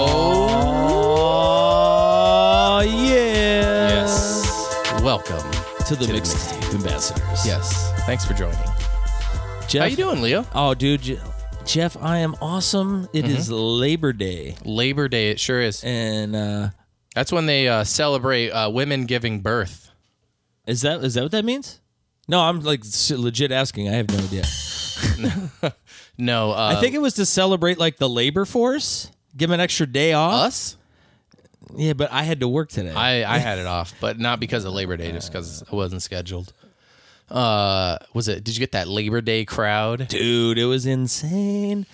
Uh, Welcome to the to the mixed mixtape. ambassadors. Yes. Thanks for joining. Jeff, How you doing, Leo? Oh, dude, Je- Jeff, I am awesome. It is Mm-hmm. Labor Day, Labor Day, it sure is. and uh, That's when they uh, celebrate uh, women giving birth. is that is that what that means? No, I'm like s- legit asking. I have no idea. No, uh, I think it was to celebrate like the labor force, give 'em an extra day off. us. Yeah, but I had to work today. I, I had it off, but not because of Labor Day, just because I wasn't scheduled. Uh, was it? Did you get that Labor Day crowd? dude, it was insane.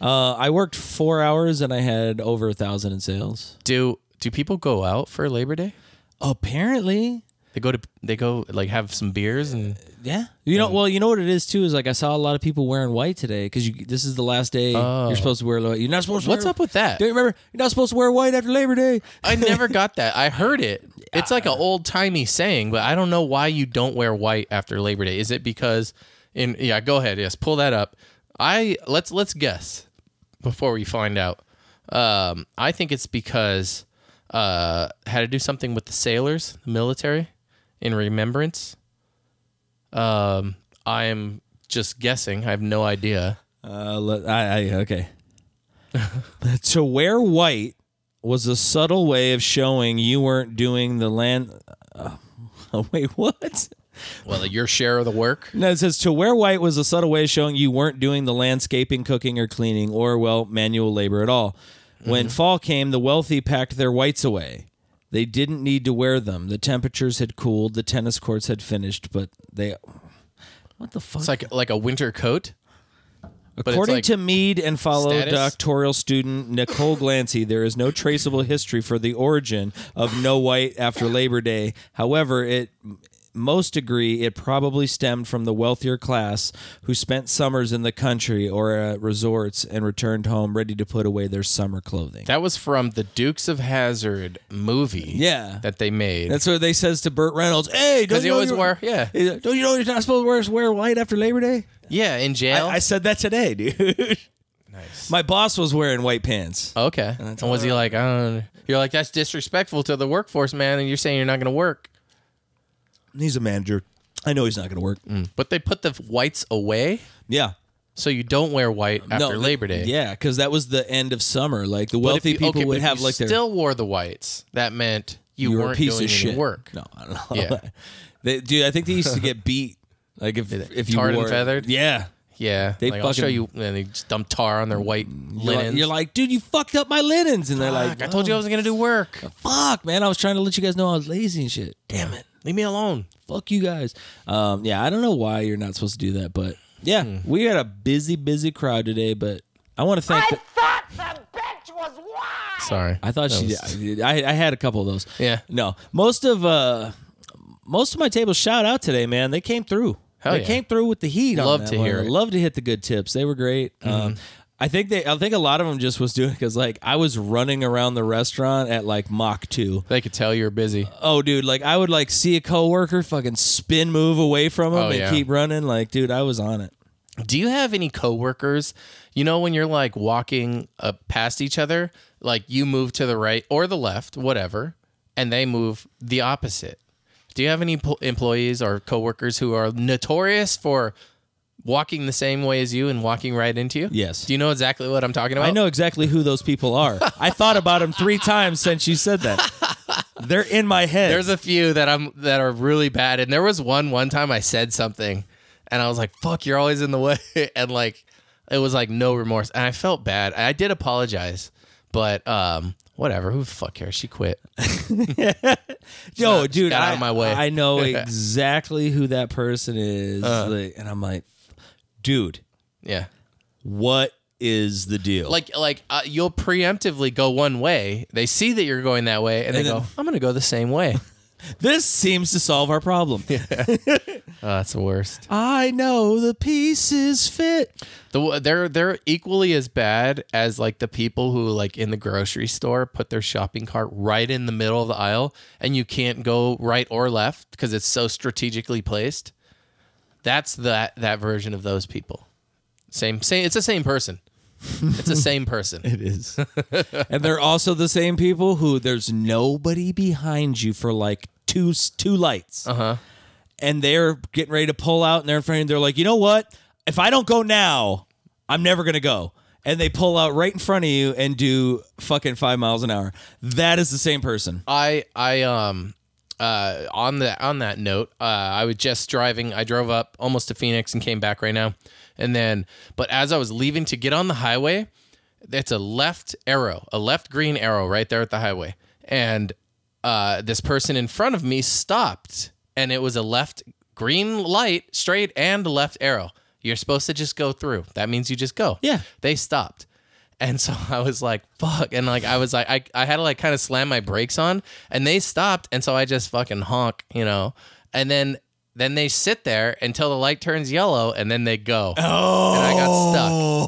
Uh, I worked four hours and I had over a thousand in sales. Do do people go out for Labor Day? Apparently, They go to they go like have some beers and Yeah. You know, well, you know what it is too is like I saw a lot of people wearing white today because you this is the last day you're supposed to wear white. You're not supposed. to What's wear- up with that? Don't you remember? You're not supposed to wear white after Labor Day. I never got that. I heard it. It's like an old timey saying, but I don't know why you don't wear white after Labor Day. Is it because in yeah, go ahead, yes, pull that up. I let's let's guess before we find out. Um, I think it's because uh had to do something with the sailors, the military, in remembrance. Um, I'm just guessing. I have no idea. Uh, le- I, I okay. to wear white was a subtle way of showing you weren't doing the land. Uh, wait, what? Well, your share of the work. No, it says to wear white was a subtle way of showing you weren't doing the landscaping, cooking, or cleaning, or well, manual labor at all. When fall came, the wealthy packed their whites away. They didn't need to wear them. The temperatures had cooled, the tennis courts had finished, but they. What the fuck? It's like like a winter coat. but it's According like- to Mead and fellow Status? doctoral student Nicole Glancy, there is no traceable history for the origin of no white after Labor Day. However, it most agree it probably stemmed from the wealthier class who spent summers in the country or at resorts and returned home ready to put away their summer clothing. That was from the Dukes of Hazard movie. Yeah. that they made. That's what they says to Burt Reynolds. Hey, don't Because he you know always you're- wore. Yeah, Don't you know you're not supposed to wear, wear white after Labor Day? yeah, in jail. I, I said that today, dude. Nice. My boss was wearing white pants. okay. And was he like, I don't. know. You're like, that's disrespectful to the workforce, man. And you're saying you're not going to work. He's a manager. I know he's not going to work. But they put the whites away, Yeah. so you don't wear white after th- Labor Day. Yeah, because that was the end of summer. Like the But if wealthy you- people okay, but would if have you like their still wore the whites. That meant you, you were a weren't piece doing of any shit. work. No, I don't know. Yeah. They, dude, I think they used to get beat. Like if if you tarred and wore, feathered? Yeah. Yeah, They like, I'll show fucking- Mm. you. And they just dump tar on their white You're like- linens. You're like, dude, you fucked up my linens, and they're like, oh. Fuck, I told you I wasn't going to do work. fuck, man, I was trying to let you guys know I was lazy and shit. Damn it, Leave me alone. fuck you guys. Um, yeah, I don't know why you're not supposed to do that, but yeah, Hmm. we had a busy, busy crowd today. But I want to thank. the- thought the bitch was wild. Sorry. I thought That she. was- I, I had a couple of those. Yeah. No, most of uh, most of my tables shout out today, man. They came through. Hell they yeah. came through with the heat. on Love that to one. hear it. Mm-hmm. Love to hit the good tips. They were great. Um, I think they. I think a lot of them just was doing because like I was running around the restaurant at like Mach two. They could tell you were busy. Oh, dude! Like I would like see a coworker fucking spin move away from him Oh, and yeah. keep running. Like, dude, I was on it. Do you have any coworkers? You know, when you're like walking uh, past each other, like you move to the right or the left, whatever, and they move the opposite. Do you have any po- employees or coworkers who are notorious for walking the same way as you and walking right into you? Yes. Do you know exactly what I'm talking about? I know exactly who those people are. I thought about them three times since you said that. They're in my head. There's a few that I'm that are really bad, and there was one one time I said something, and I was like, "Fuck, you're always in the way," and like it was like no remorse, and I felt bad. I did apologize, but um, whatever. Who the fuck cares? She quit. Yo, just dude, got I, out of my way. I know exactly who that person is, like, and I'm like, dude, Yeah, what is the deal? like like uh, you'll preemptively go one way. They see that you're going that way, and, they then- go, "I'm gonna go the same way." this seems to solve our problem. oh, that's the worst. I know the pieces fit. The, they're they're equally as bad as like the people who like in the grocery store put their shopping cart right in the middle of the aisle and you can't go right or left because it's so strategically placed. That's that that version of those people. Same same. It's the same person. It's the same person. It is. and they're also the same people who there's nobody behind you for like two two lights. Uh-huh. And they're getting ready to pull out and they're in front of you. They're like, "You know what? If I don't go now, I'm never going to go." And they pull out right in front of you and do fucking 5 miles an hour. That is the same person. I I um uh on the on that note, uh I was just driving. I drove up almost to Phoenix and came back right now. And then but as I was leaving to get on the highway, it's a left arrow, a left green arrow right there at the highway. And uh this person in front of me stopped and it was a left green light, straight and left arrow. You're supposed to just go through. That means you just go. Yeah. They stopped. And so I was like, fuck. And like, I was like, I, I had to like kind of slam my brakes on and they stopped. And so I just fucking honk, you know? And then, then they sit there until the light turns yellow and then they go. Oh. And I got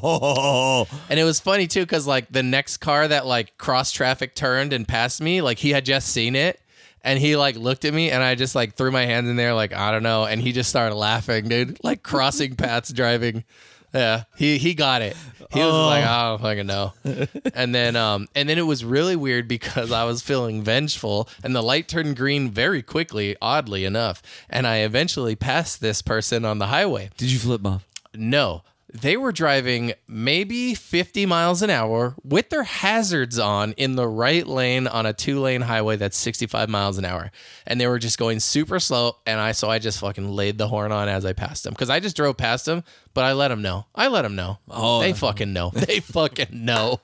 stuck. Oh. And it was funny too, because like the next car that like cross traffic turned and passed me, like he had just seen it. And he like looked at me and I just like threw my hands in there, like, I don't know. And he just started laughing, dude. Like crossing paths driving. Yeah. He he got it. He was like, I don't fucking know. and then um and then it was really weird because I was feeling vengeful and the light turned green very quickly, oddly enough. And I eventually passed this person on the highway. Did you flip off? No. They were driving maybe 50 miles an hour with their hazards on in the right lane on a two lane highway that's 65 miles an hour. And they were just going super slow. And I, so I just fucking laid the horn on as I passed them because I just drove past them, but I let them know. I let them know. Oh, they fucking know. They fucking know.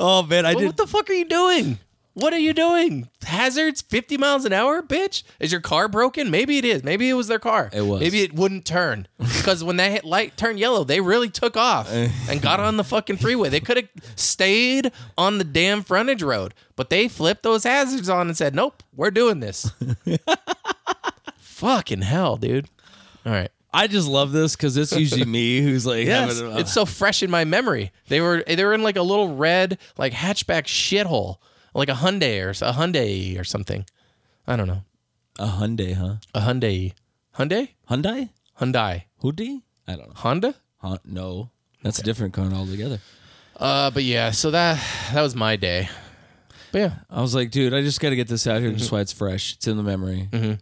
Oh man, I But did. what the fuck are you doing? What are you doing? Hazards 50 miles an hour, bitch? Is your car broken? Maybe it is. Maybe it was their car. It was. Maybe it wouldn't turn. Because when that hit light turned yellow, they really took off and got on the fucking freeway. They could have stayed on the damn frontage road, but they flipped those hazards on and said, nope, we're doing this. fucking hell, dude. All right. I just love this because it's usually me who's like, Yes, having a- it's so fresh in my memory. They were they were in like a little red like hatchback shithole, like a Hyundai or s- a Hyundai or something. I don't know, a Hyundai, huh? a Hyundai, Hyundai, Hyundai? Hyundai, Hoodie? I don't know. Honda. Huh? No, that's a different car altogether. Uh, but yeah, so that that was my day. But yeah, I was like, dude, I just got to get this out here just why it's fresh. It's in the memory. Mm-hmm.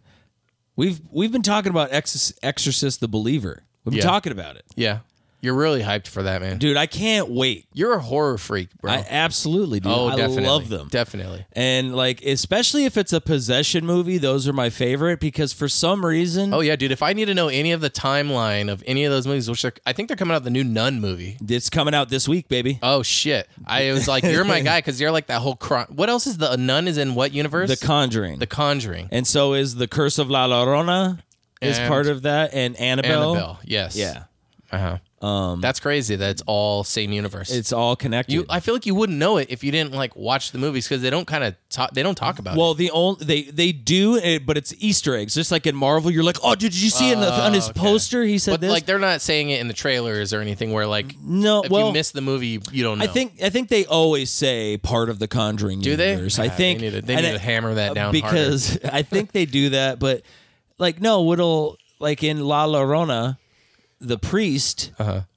We've we've been talking about Ex- Exorcist the Believer. We've been Yeah. talking about it, yeah, you're really hyped for that, man. dude. I can't wait. You're a horror freak, bro. I absolutely do. oh, I definitely love them. Definitely. and like, especially if it's a possession movie, those are my favorite because for some reason, Oh yeah, dude. If I need to know any of the timeline of any of those movies, which are, I think they're coming out with the new Nun movie. it's coming out this week, baby. Oh shit! I was like, "You're my guy" because you're like that whole. Cron- what else is the a nun is in what universe? the Conjuring, The Conjuring. and so is the Curse of La Llorona is And- part of that, and Annabelle. Annabelle. Yes. Yeah, Uh huh. Um, That's crazy. That's all same universe. it's all connected. you. I feel like you wouldn't know it if you didn't like watch the movies because they don't kind of talk. They don't talk about. it. Well, the only they they do, eh, but it's Easter eggs. Just like in Marvel, you're like, oh, did you see in the, on his okay. poster he said but this? like they're not saying it in the trailers or anything. Where like, no, if well, you miss the movie, you don't. know. I think I think they always say part of the Conjuring do they? universe. Ah, I think they need to, they and need I- to hammer that down harder. because I think they do that, but like no, it'll like in La Llorona, the priest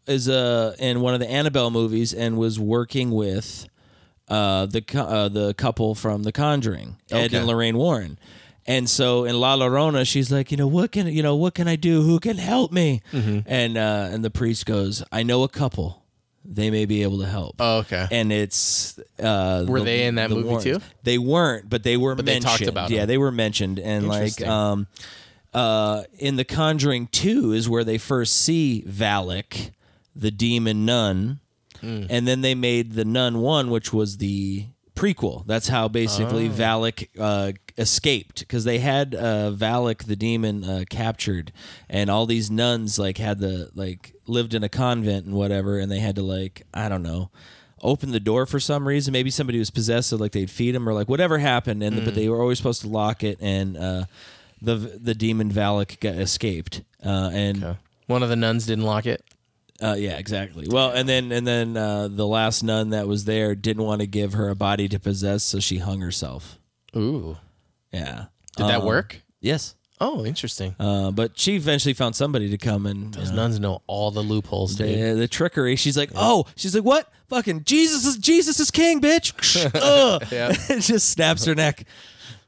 is uh, in one of the Annabelle movies and was working with uh, the cou- uh, the couple from The Conjuring, Ed Okay. and Lorraine Warren. And so in La Llorona, she's like, you know, what can you know, what can I do? Who can help me? And uh, and the priest goes, I know a couple. They may be able to help. Oh, okay. And it's uh, Were they in that movie too? They weren't, but they were they mentioned. talked about yeah, them. they were mentioned, and like Interesting. um, uh, in the Conjuring Two is where they first see Valak, the demon nun, and then they made the Nun One, which was the prequel. That's how basically Valak uh, escaped because they had uh, Valak the demon uh, captured, and all these nuns like had the like lived in a convent and whatever, and they had to like I don't know. Open the door for some reason. Maybe somebody was possessed, so like they'd feed him or like whatever happened. And but they were always supposed to lock it. And uh, the the demon Valak got escaped. Uh, and one of the nuns didn't lock it. uh, yeah, exactly. Well, and then and then uh, the last nun that was there didn't want to give her a body to possess, so she hung herself. Ooh, Yeah. did Um, that work? Yes. Oh, interesting. Uh, but she eventually found somebody to come and Those uh, nuns know all the loopholes, dude. the, the trickery. She's like, oh, she's like, what? Fucking Jesus is Jesus is king, bitch. Ugh. Yeah. It just snaps her neck.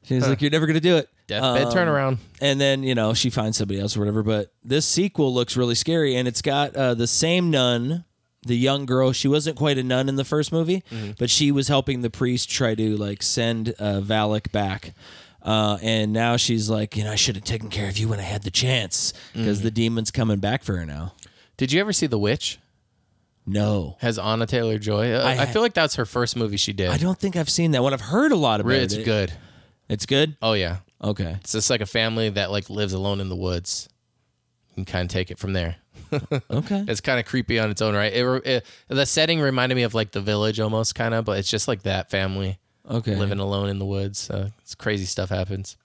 She's like, "You're never gonna do it." Deathbed um, turnaround. and then you know she finds somebody else or whatever. But this sequel looks really scary, and it's got uh, the same nun, the young girl. She wasn't quite a nun in the first movie, Mm-hmm. but she was helping the priest try to like send uh, Valak back. Uh, and now she's like, you know, I should have taken care of you when I had the chance because Mm-hmm. the demon's coming back for her now. Did you ever see The Witch? No, Has Anna Taylor Joy? Uh, I, I- feel like that's her first movie she did. I don't think I've seen that one. I've heard a lot about it's it. good. It's good. Oh yeah, Okay. it's just like a family that like lives alone in the woods. You can kind of take it from there. Okay. It's kind of creepy on its own, right? It, re- it, the setting reminded me of like the village almost, kind of, but it's just like that family Okay. living alone in the woods. Uh, it's crazy stuff happens.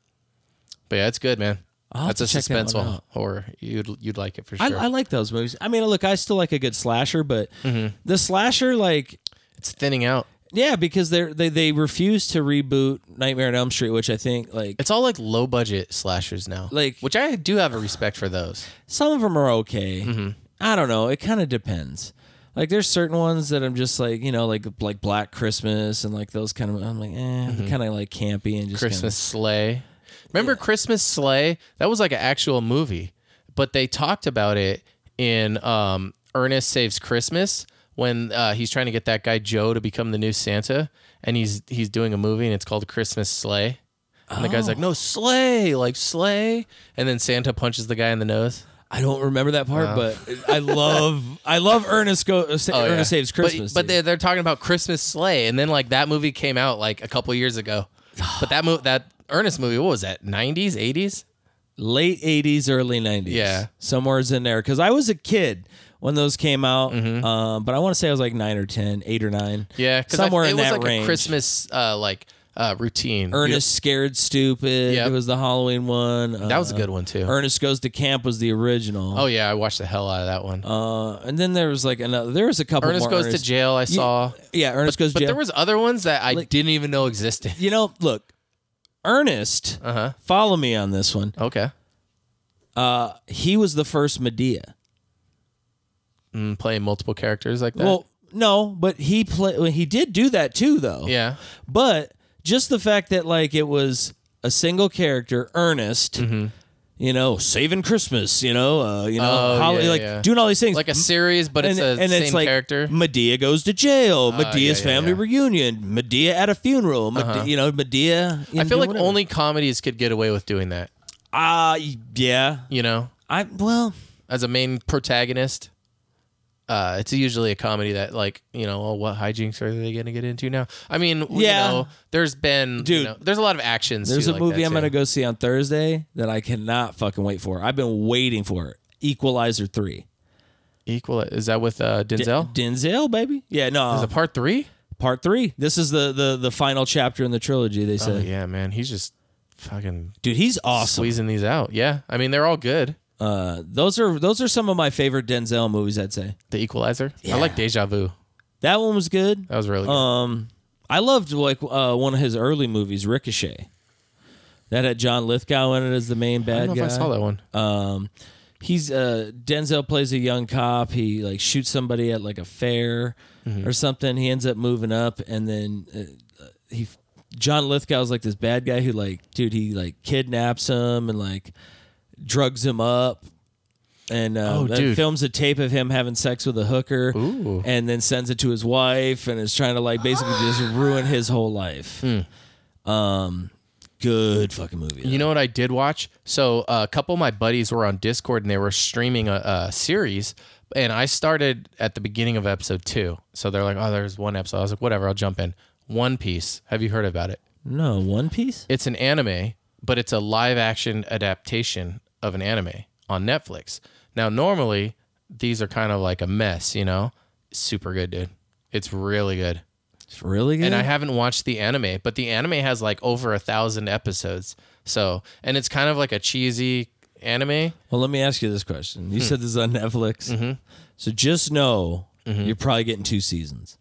But yeah, it's good, man. I'll have That's a to check that suspenseful one out. horror. You'd you'd like it for I, sure. I like those movies. I mean, look, I still like a good slasher, but Mm-hmm. the slasher, like, it's thinning out. yeah, because they're, they they refuse to reboot Nightmare on Elm Street, which I think like It's all like low budget slashers now. Like- which I do have a respect for those. some of them are okay. Mm-hmm. I don't know. It kind of depends. Like there's certain ones that I'm just like you know like like Black Christmas and like those kind of I'm like eh kind of like campy and just kinda- Mm-hmm. Christmas Sleigh. Remember Christmas Sleigh? That was like an actual movie, but they talked about it in um, Ernest Saves Christmas when uh, he's trying to get that guy Joe to become the new Santa, and he's he's doing a movie and it's called Christmas Sleigh. And the guy's like, "No, sleigh, like sleigh," and then Santa punches the guy in the nose. I don't remember that part, but I love I love Ernest go uh, Sa- Oh, yeah. Ernest Saves But- Christmas. But, dude. they're, they're talking about Christmas Sleigh, and then like that movie came out like a couple years ago. But that movie, that Ernest movie, what was that? Nineties, eighties? late 80s early 90s Yeah. somewhere's in there because i was a kid when those came out um, but i want to say i was like 9 or 10 8 or 9 Mm-hmm. Yeah, because somewhere it in was that like range a Christmas uh, like uh, routine. ernest scared stupid Yep. it was the halloween one Uh, that was a good one too. ernest goes to camp was the original oh yeah, I watched the hell out of that one. uh, and then there was like another there was a couple Ernest more goes to jail. I saw, yeah ernest goes to but jail there was other ones that I didn't even know existed. you know look ernest Uh huh. follow me on this one Okay. uh, he was the first medea Mm, playing multiple characters like that. well no but he play, he did do that too though yeah. But just the fact that like it was a single character, Ernest, Mm-hmm. you know, saving Christmas, you know, uh, you know, Oh, hol- yeah, like yeah. doing all these things, Like a series, but it's a same character. Ah, Medea goes to jail. Medea's yeah, yeah, family yeah. Uh-huh. reunion. Medea at a funeral. Medea, You know, Medea. you I know, feel doing like whatever. only comedies could get away with doing that. ah yeah. You know, I well as a main protagonist. Uh, it's usually a comedy that, like, you know, oh, what hijinks are they going to get into now? I mean, Yeah. you know, there's been, dude, Dude. there's a lot of actions. There's a too, like movie that, I'm gonna too. go see on Thursday that I cannot fucking wait for. I've been waiting for it. Equalizer three. Equal is that with uh, D- uh, Denzel? Denzel, baby. Yeah, no. is it part three? part three. This is the the the final chapter in the trilogy. They Oh said, yeah, man, he's just fucking dude, he's awesome. squeezing these out. Yeah, I mean they're all good. Uh, those are those are some of my favorite Denzel movies. I'd say The Equalizer. I like Deja Vu. that one was good. That was really good. Um, I loved like uh, one of his early movies, Ricochet. That had John Lithgow in it as the main bad I don't know guy. if I saw that one. Um, he's uh, Denzel plays a young cop. He like shoots somebody at like a fair Mm-hmm. or something. He ends up moving up, and then uh, uh, he John Lithgow's like this bad guy who like dude he like kidnaps him and like drugs him up. And uh, Oh, then dude. films a tape of him having sex with a hooker, Ooh. and then sends it to his wife, and is trying to like basically just ruin his whole life. Um, good fucking movie. Hmm. You know what I did watch? So uh, a couple of my buddies were on Discord and they were streaming a, a series, and I started at the beginning of episode two. So they're like, "Oh, there's one episode." I was like, "Whatever, I'll jump in." One Piece. Have you heard about it? no One Piece. it's an anime, but it's a live action adaptation of an anime on Netflix. Now, normally these are kind of like a mess, you know? Super good, dude. It's really good. It's really good. And I haven't watched the anime, but the anime has like over a thousand episodes. So, and it's kind of like a cheesy anime. Well, let me ask you this question. Hmm. You said this is on Netflix. Mm-hmm. So just know you're probably getting two seasons.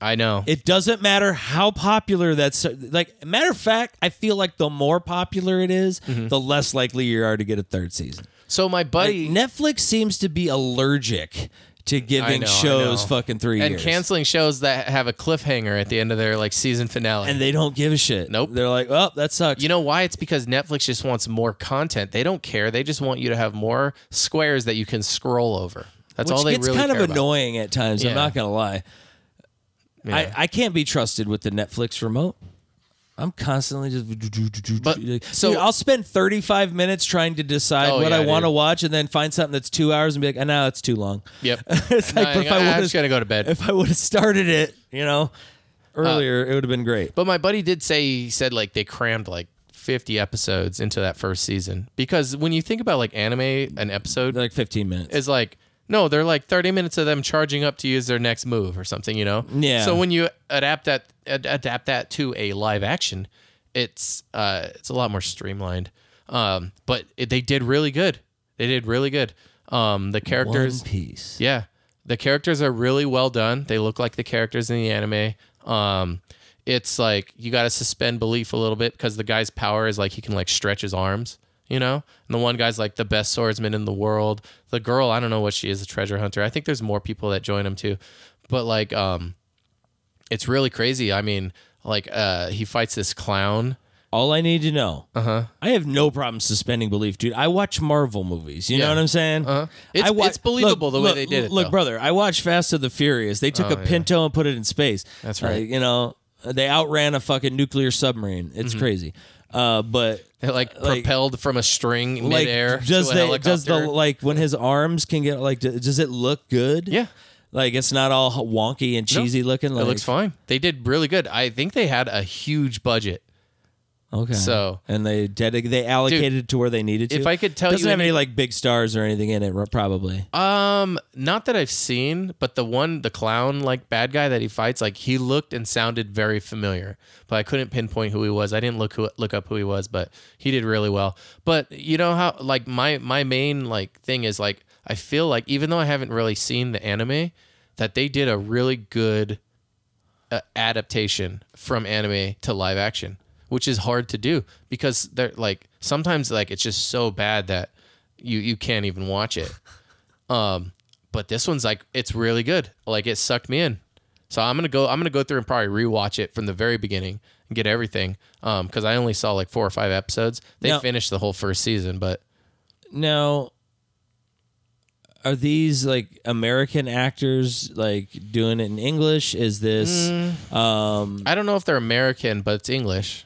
I know. It doesn't matter how popular that's like matter of fact, I feel like the more popular it is, Mm-hmm. the less likely you are to get a third season. so, my buddy, Netflix seems to be allergic to I giving know, I shows know. fucking three and years. canceling shows that have a cliffhanger at the end of their like season finale. and they don't give a shit. Nope. They're like, oh, that sucks. you know why? It's because Netflix just wants more content. They don't care. They just want you to have more squares that you can scroll over. That's Which all they gets really kind care of annoying at times. Yeah. I'm not gonna lie. Yeah. I, I can't be trusted with the Netflix remote. I'm constantly just. But- Dude, so- I'll spend 35 minutes trying to decide Oh, what yeah, I want to dude. watch, and then find something that's two hours and be like, "Ah, "No, it's too long." Yep. it's like, No, but if I, I, am would just gonna have, go to bed. if I would have started it, you know, Uh, earlier, it would have been great. But my buddy did say he said like they crammed like 50 episodes into that first season because when you think about like anime, an episode Like 15 minutes. is like no, they're like 30 minutes of them charging up to use their next move or something, you know. Yeah. So when you adapt that ad- adapt that to a live action, it's uh it's a lot more streamlined. Um, but it, they did really good. They did really good. Um, the characters. One Piece. Yeah. The characters are really well done. They look like the characters in the anime. Um it's like you got to suspend belief a little bit because the guy's power is like he can like stretch his arms, you know? And the one guy's like the best swordsman in the world. The girl, I don't know what she is, a treasure hunter. I think there's more people that join him too. But like um it's really crazy. I mean, like uh he fights this clown. All I need to know. Uh Uh-huh. huh. I have no problem suspending belief, dude. I watch Marvel movies. You Yeah. know what I'm saying? Uh-huh. It's- I it's believable the way they did it, Look, though. Oh, brother, I watched Fast of the Furious. They took a Pinto and put it in space. That's right. Like, you know, they outran a fucking nuclear submarine. It's Mm-hmm. crazy. Uh, but They're like, Like- propelled from a string like, midair. does to a they does the helicopter. like when his arms can get like d- does it look good? Yeah. Like it's not all wonky and cheesy looking. Like, it looks fine. They did really good. I think they had a huge budget. Okay. So- and they dedic- they allocated it to where they needed to. if I could tell doesn't you have any- any like big stars or anything in it, r- probably. Um, not that I've seen, but the one, the clown, like bad guy that he fights, like he looked and sounded very familiar, but I couldn't pinpoint who he was. I didn't look who, look up who he was, but he did really well. But you know how, like my my main like thing is like I feel like even though I haven't really seen the anime, that they did a really good uh, adaptation from anime to live action, which is hard to do because they're like sometimes like it's just so bad that you you can't even watch it. Um, but this one's like it's really good. Like it sucked me in. So I'm gonna go. I'm gonna go through and probably rewatch it from the very beginning and get everything. Um, because I only saw like four or five episodes. They Now- finished the whole first season, but Now, are these like American actors like doing it in English? Is this Mm, um I don't know if they're American, but it's English.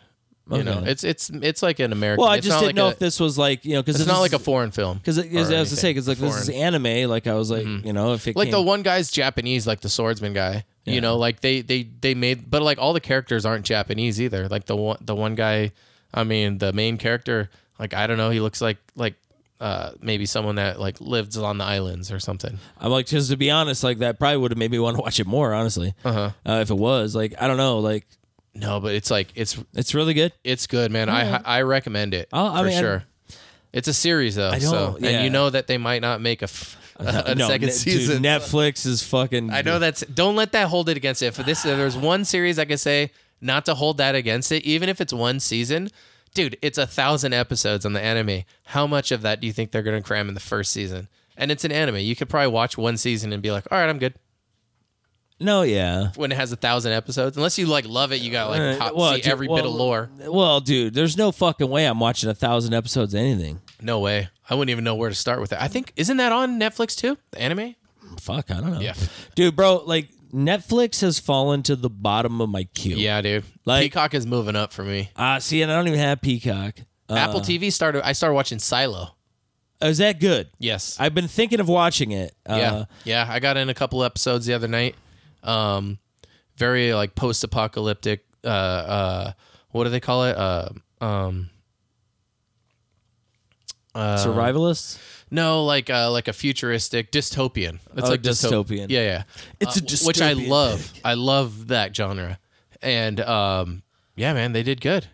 You know, Okay. it's it's it's like an American. well, I it's just not didn't like know a- if this was like you know because It's not like a foreign film. because I was or gonna say anything. because like this is Foreign. Mm-hmm. anime like I was like you know if it like came, the one guy's Japanese, like the swordsman guy. You Yeah. know, like they they they made, but like all the characters aren't Japanese either. Like the one the one guy, I mean, the main character, like I don't know, he looks like like uh maybe someone that like lives on the islands or something. I'm like just to be honest like that probably would have made me want to watch it more honestly uh-huh. if it was like I don't know like No, but it's like it's it's really good it's good, man. I I recommend it I'll- I for mean, I- sure. It's a series though, so don't- and yeah. you know that they might not make a, f- a no, second ne- dude, season. Netflix is fucking I know that's don't let that hold it against it. For this, if there's one series I could say not to hold that against it, even if it's one season. Dude, it's a thousand episodes on the anime. How much of that do you think they're gonna cram in the first season? And it's an anime. You could probably watch one season and be like, "All right, I'm good." no yeah When it has a thousand episodes, unless you like love it, you got like Uh, hop, see dude, every bit of lore. Well, dude, there's no fucking way I'm watching a thousand episodes of anything. No way. I wouldn't even know where to start with it. I think isn't that on Netflix too? The anime? Fuck, I don't know. Yeah. Dude, bro, like Netflix has fallen to the bottom of my queue. Yeah, dude. Like- Peacock is moving up for me. Uh, see, and I don't even have Peacock. Uh, Apple TV started. I started watching Silo. is that good? Yes. I've been thinking of watching it. Uh, Yeah, yeah. I got in a couple episodes the other night. Um, very like post-apocalyptic. Uh, uh, what do they call it? Uh, um, uh, Survivalists. no, like uh, like a futuristic dystopian. It's Oh, like dystop- dystopian. Yeah, yeah. It's a w- which I dystopian love. I love that genre. And um, yeah, man, they did good.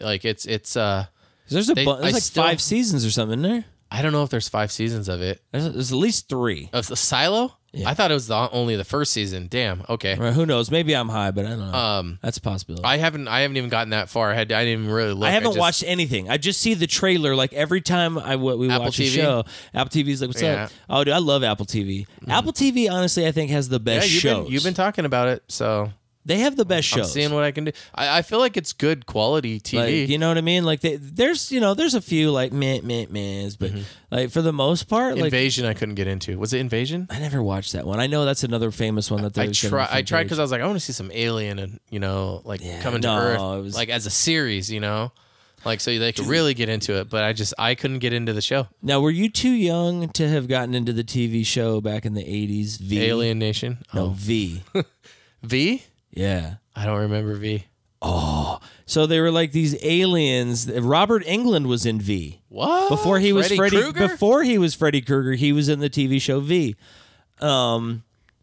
Like it's it's. Uh, There's a They- bu- there's I like still- five seasons or something in there. I don't know if there's five seasons of it. There's, there's at least three. Of the Silo. I thought it was the, only the first season. Damn. Okay. Or who knows? Maybe I'm high, but I don't know. Um, That's a possibility. I haven't. I haven't even gotten that far. I had. I didn't even really look. I haven't just- watched anything. I just see the trailer like every time I w- we Apple watch a TV? show. Apple TV's like, what's Yeah. Mm-hmm. up? Oh, dude, I love Apple TV. Apple TV, honestly, I think has the Yeah, best you've shows. been, you've been talking about it, so they have the best I'm shows. seeing what I can do. I, I feel like it's good quality TV. like, you know what I mean? Like they, there's you know there's a few like meh meh mehs, but like for the most part, like Mm-hmm. Invasion, I couldn't get into. Was it Invasion? I never watched that one. I know that's another famous one that I they've try. I tried because I was like, I want to see some alien and you know, like coming no, to Earth, it was- like as a series, you know, like so they could really get into it. But I just I couldn't get into the show. Now, were you too young to have gotten into the TV show back in the '80s? V Alien Nation. no Oh, V, V. yeah. I don't remember V. So they were like these aliens. Robert England was in V. What before he was Freddy, Krueger? before he was Freddy Krueger, he was in the TV show V. Um,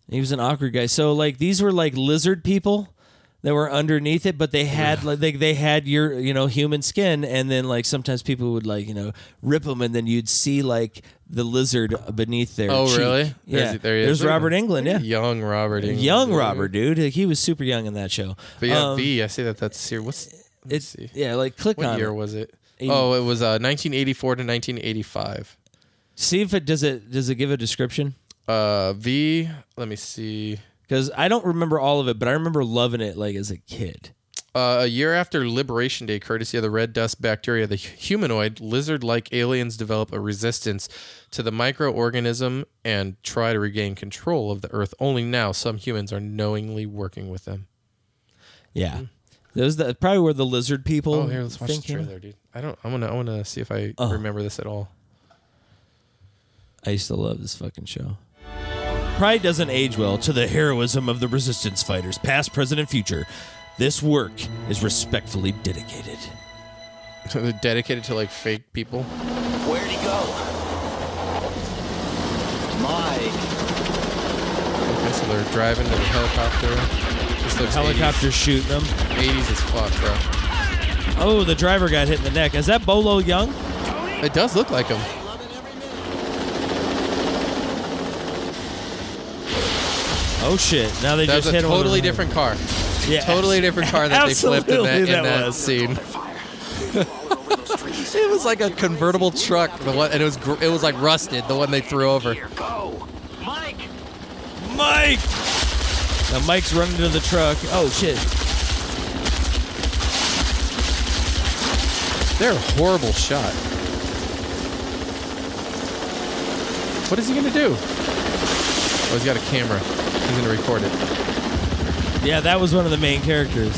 he was an awkward guy. So like these were like lizard people that were underneath it, but they had like they, they had your you know human skin, and then like sometimes people would like you know rip them, and then you'd see like the lizard beneath their. Oh, cheek. really? Yeah. There's- there he is. There's Robert England. Yeah. young Robert. England. Young Robert, dude, Like, he was super young in that show. But yeah, Um, V. I see that. That's serious. What's let's it's see. yeah, like click What on year it. was it? Eighty- Oh, it was uh, 1984 to 1985. See if it does it. Does it give a description? Uh, v. Let me see. because I don't remember all of it, but I remember loving it like as a kid. Uh, a year after Liberation Day, courtesy of the red dust bacteria, the humanoid lizard like aliens develop a resistance to the microorganism and try to regain control of the Earth. Only now some humans are knowingly working with them. Yeah, those the, probably were the lizard people. Mm-hmm. Oh, here, let's watch the thing came out. trailer, dude. I don't. I want to. I want to see if I remember this at all. I used to love this fucking show. Pride doesn't age well to the heroism of the resistance fighters, past, present, and future. This work is respectfully dedicated. They're dedicated to like fake people. Where'd he go? Mike. Okay, so they're driving to the helicopter. This looks Helicopter shooting them. 80s, 80s as fuck, bro. Oh, the driver got hit in the neck. Is that Bolo Young? It does look like him. Oh shit! Now they That just was a hit him with totally a- different car. Yeah. Totally different car that they flipped in that, Absolutely, in that that, was. scene. it was like a convertible truck, the one, and it was gr- it was like rusted, the one they threw over. Go. Mike. Mike. Now Mike's running to the truck. Oh shit! They're a horrible shot. What is he gonna do? Oh, he's got a camera. He's gonna record it. Yeah, that was one of the main characters.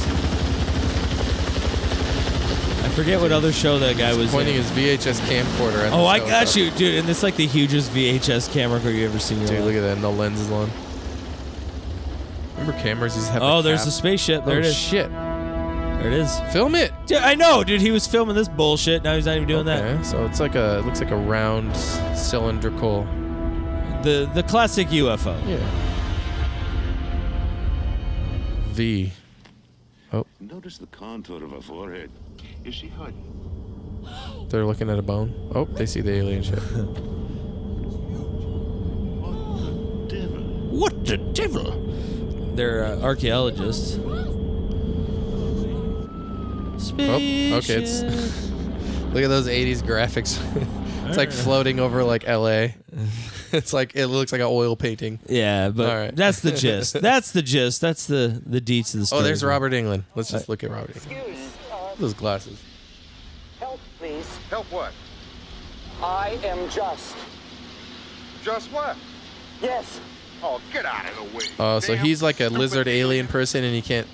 I forget what other show that guy was Pointing in. his VHS camcorder. At Oh, the I show got truck. you, dude. And it's like the hugest VHS camera you ever seen. in your Dude, life. look at that. And the lens is on. Remember cameras? These have. Oh, a there's cap? the spaceship. There Oh it is. shit! There it is. Film it. Dude, I know, dude. He was filming this bullshit. Now he's not even doing Okay, so it's like a it looks like a round c- cylindrical. that. The the classic UFO. Yeah. V. Notice the contour of her forehead. Is she hurt? They're looking at a bone. Oh, they see the alien ship. What the devil? What the devil? They're uh, archaeologists. Oh, okay, it's- Spaceship. Look at those 80s graphics. it's like floating over like LA. it's like it looks like an oil painting. Yeah, but All right. that's the gist. That's the gist. That's the the deets of the story. Oh, there's Robert England. Let's just look at Robert England. Excuse, uh, Those glasses. help, please. Help what? I am just. Just what? Yes, Oh, get out of the way. Oh, so Damn he's like a stupid lizard alien person and he can't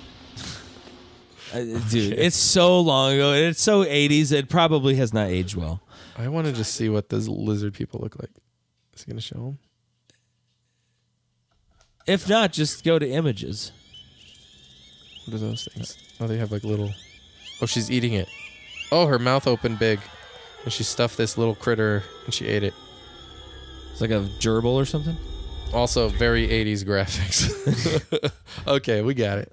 Uh, dude, it's so long ago. and It's so 80s. It probably has not aged well. I want to just see what those lizard people look like. Is he going to show them? If not, just go to images. What are those things? Oh, they have like little. Oh, she's eating it. Oh, her mouth opened big, and she stuffed this little critter and she ate it. It's like a gerbil or something. Also, very 80s graphics. okay, we got it.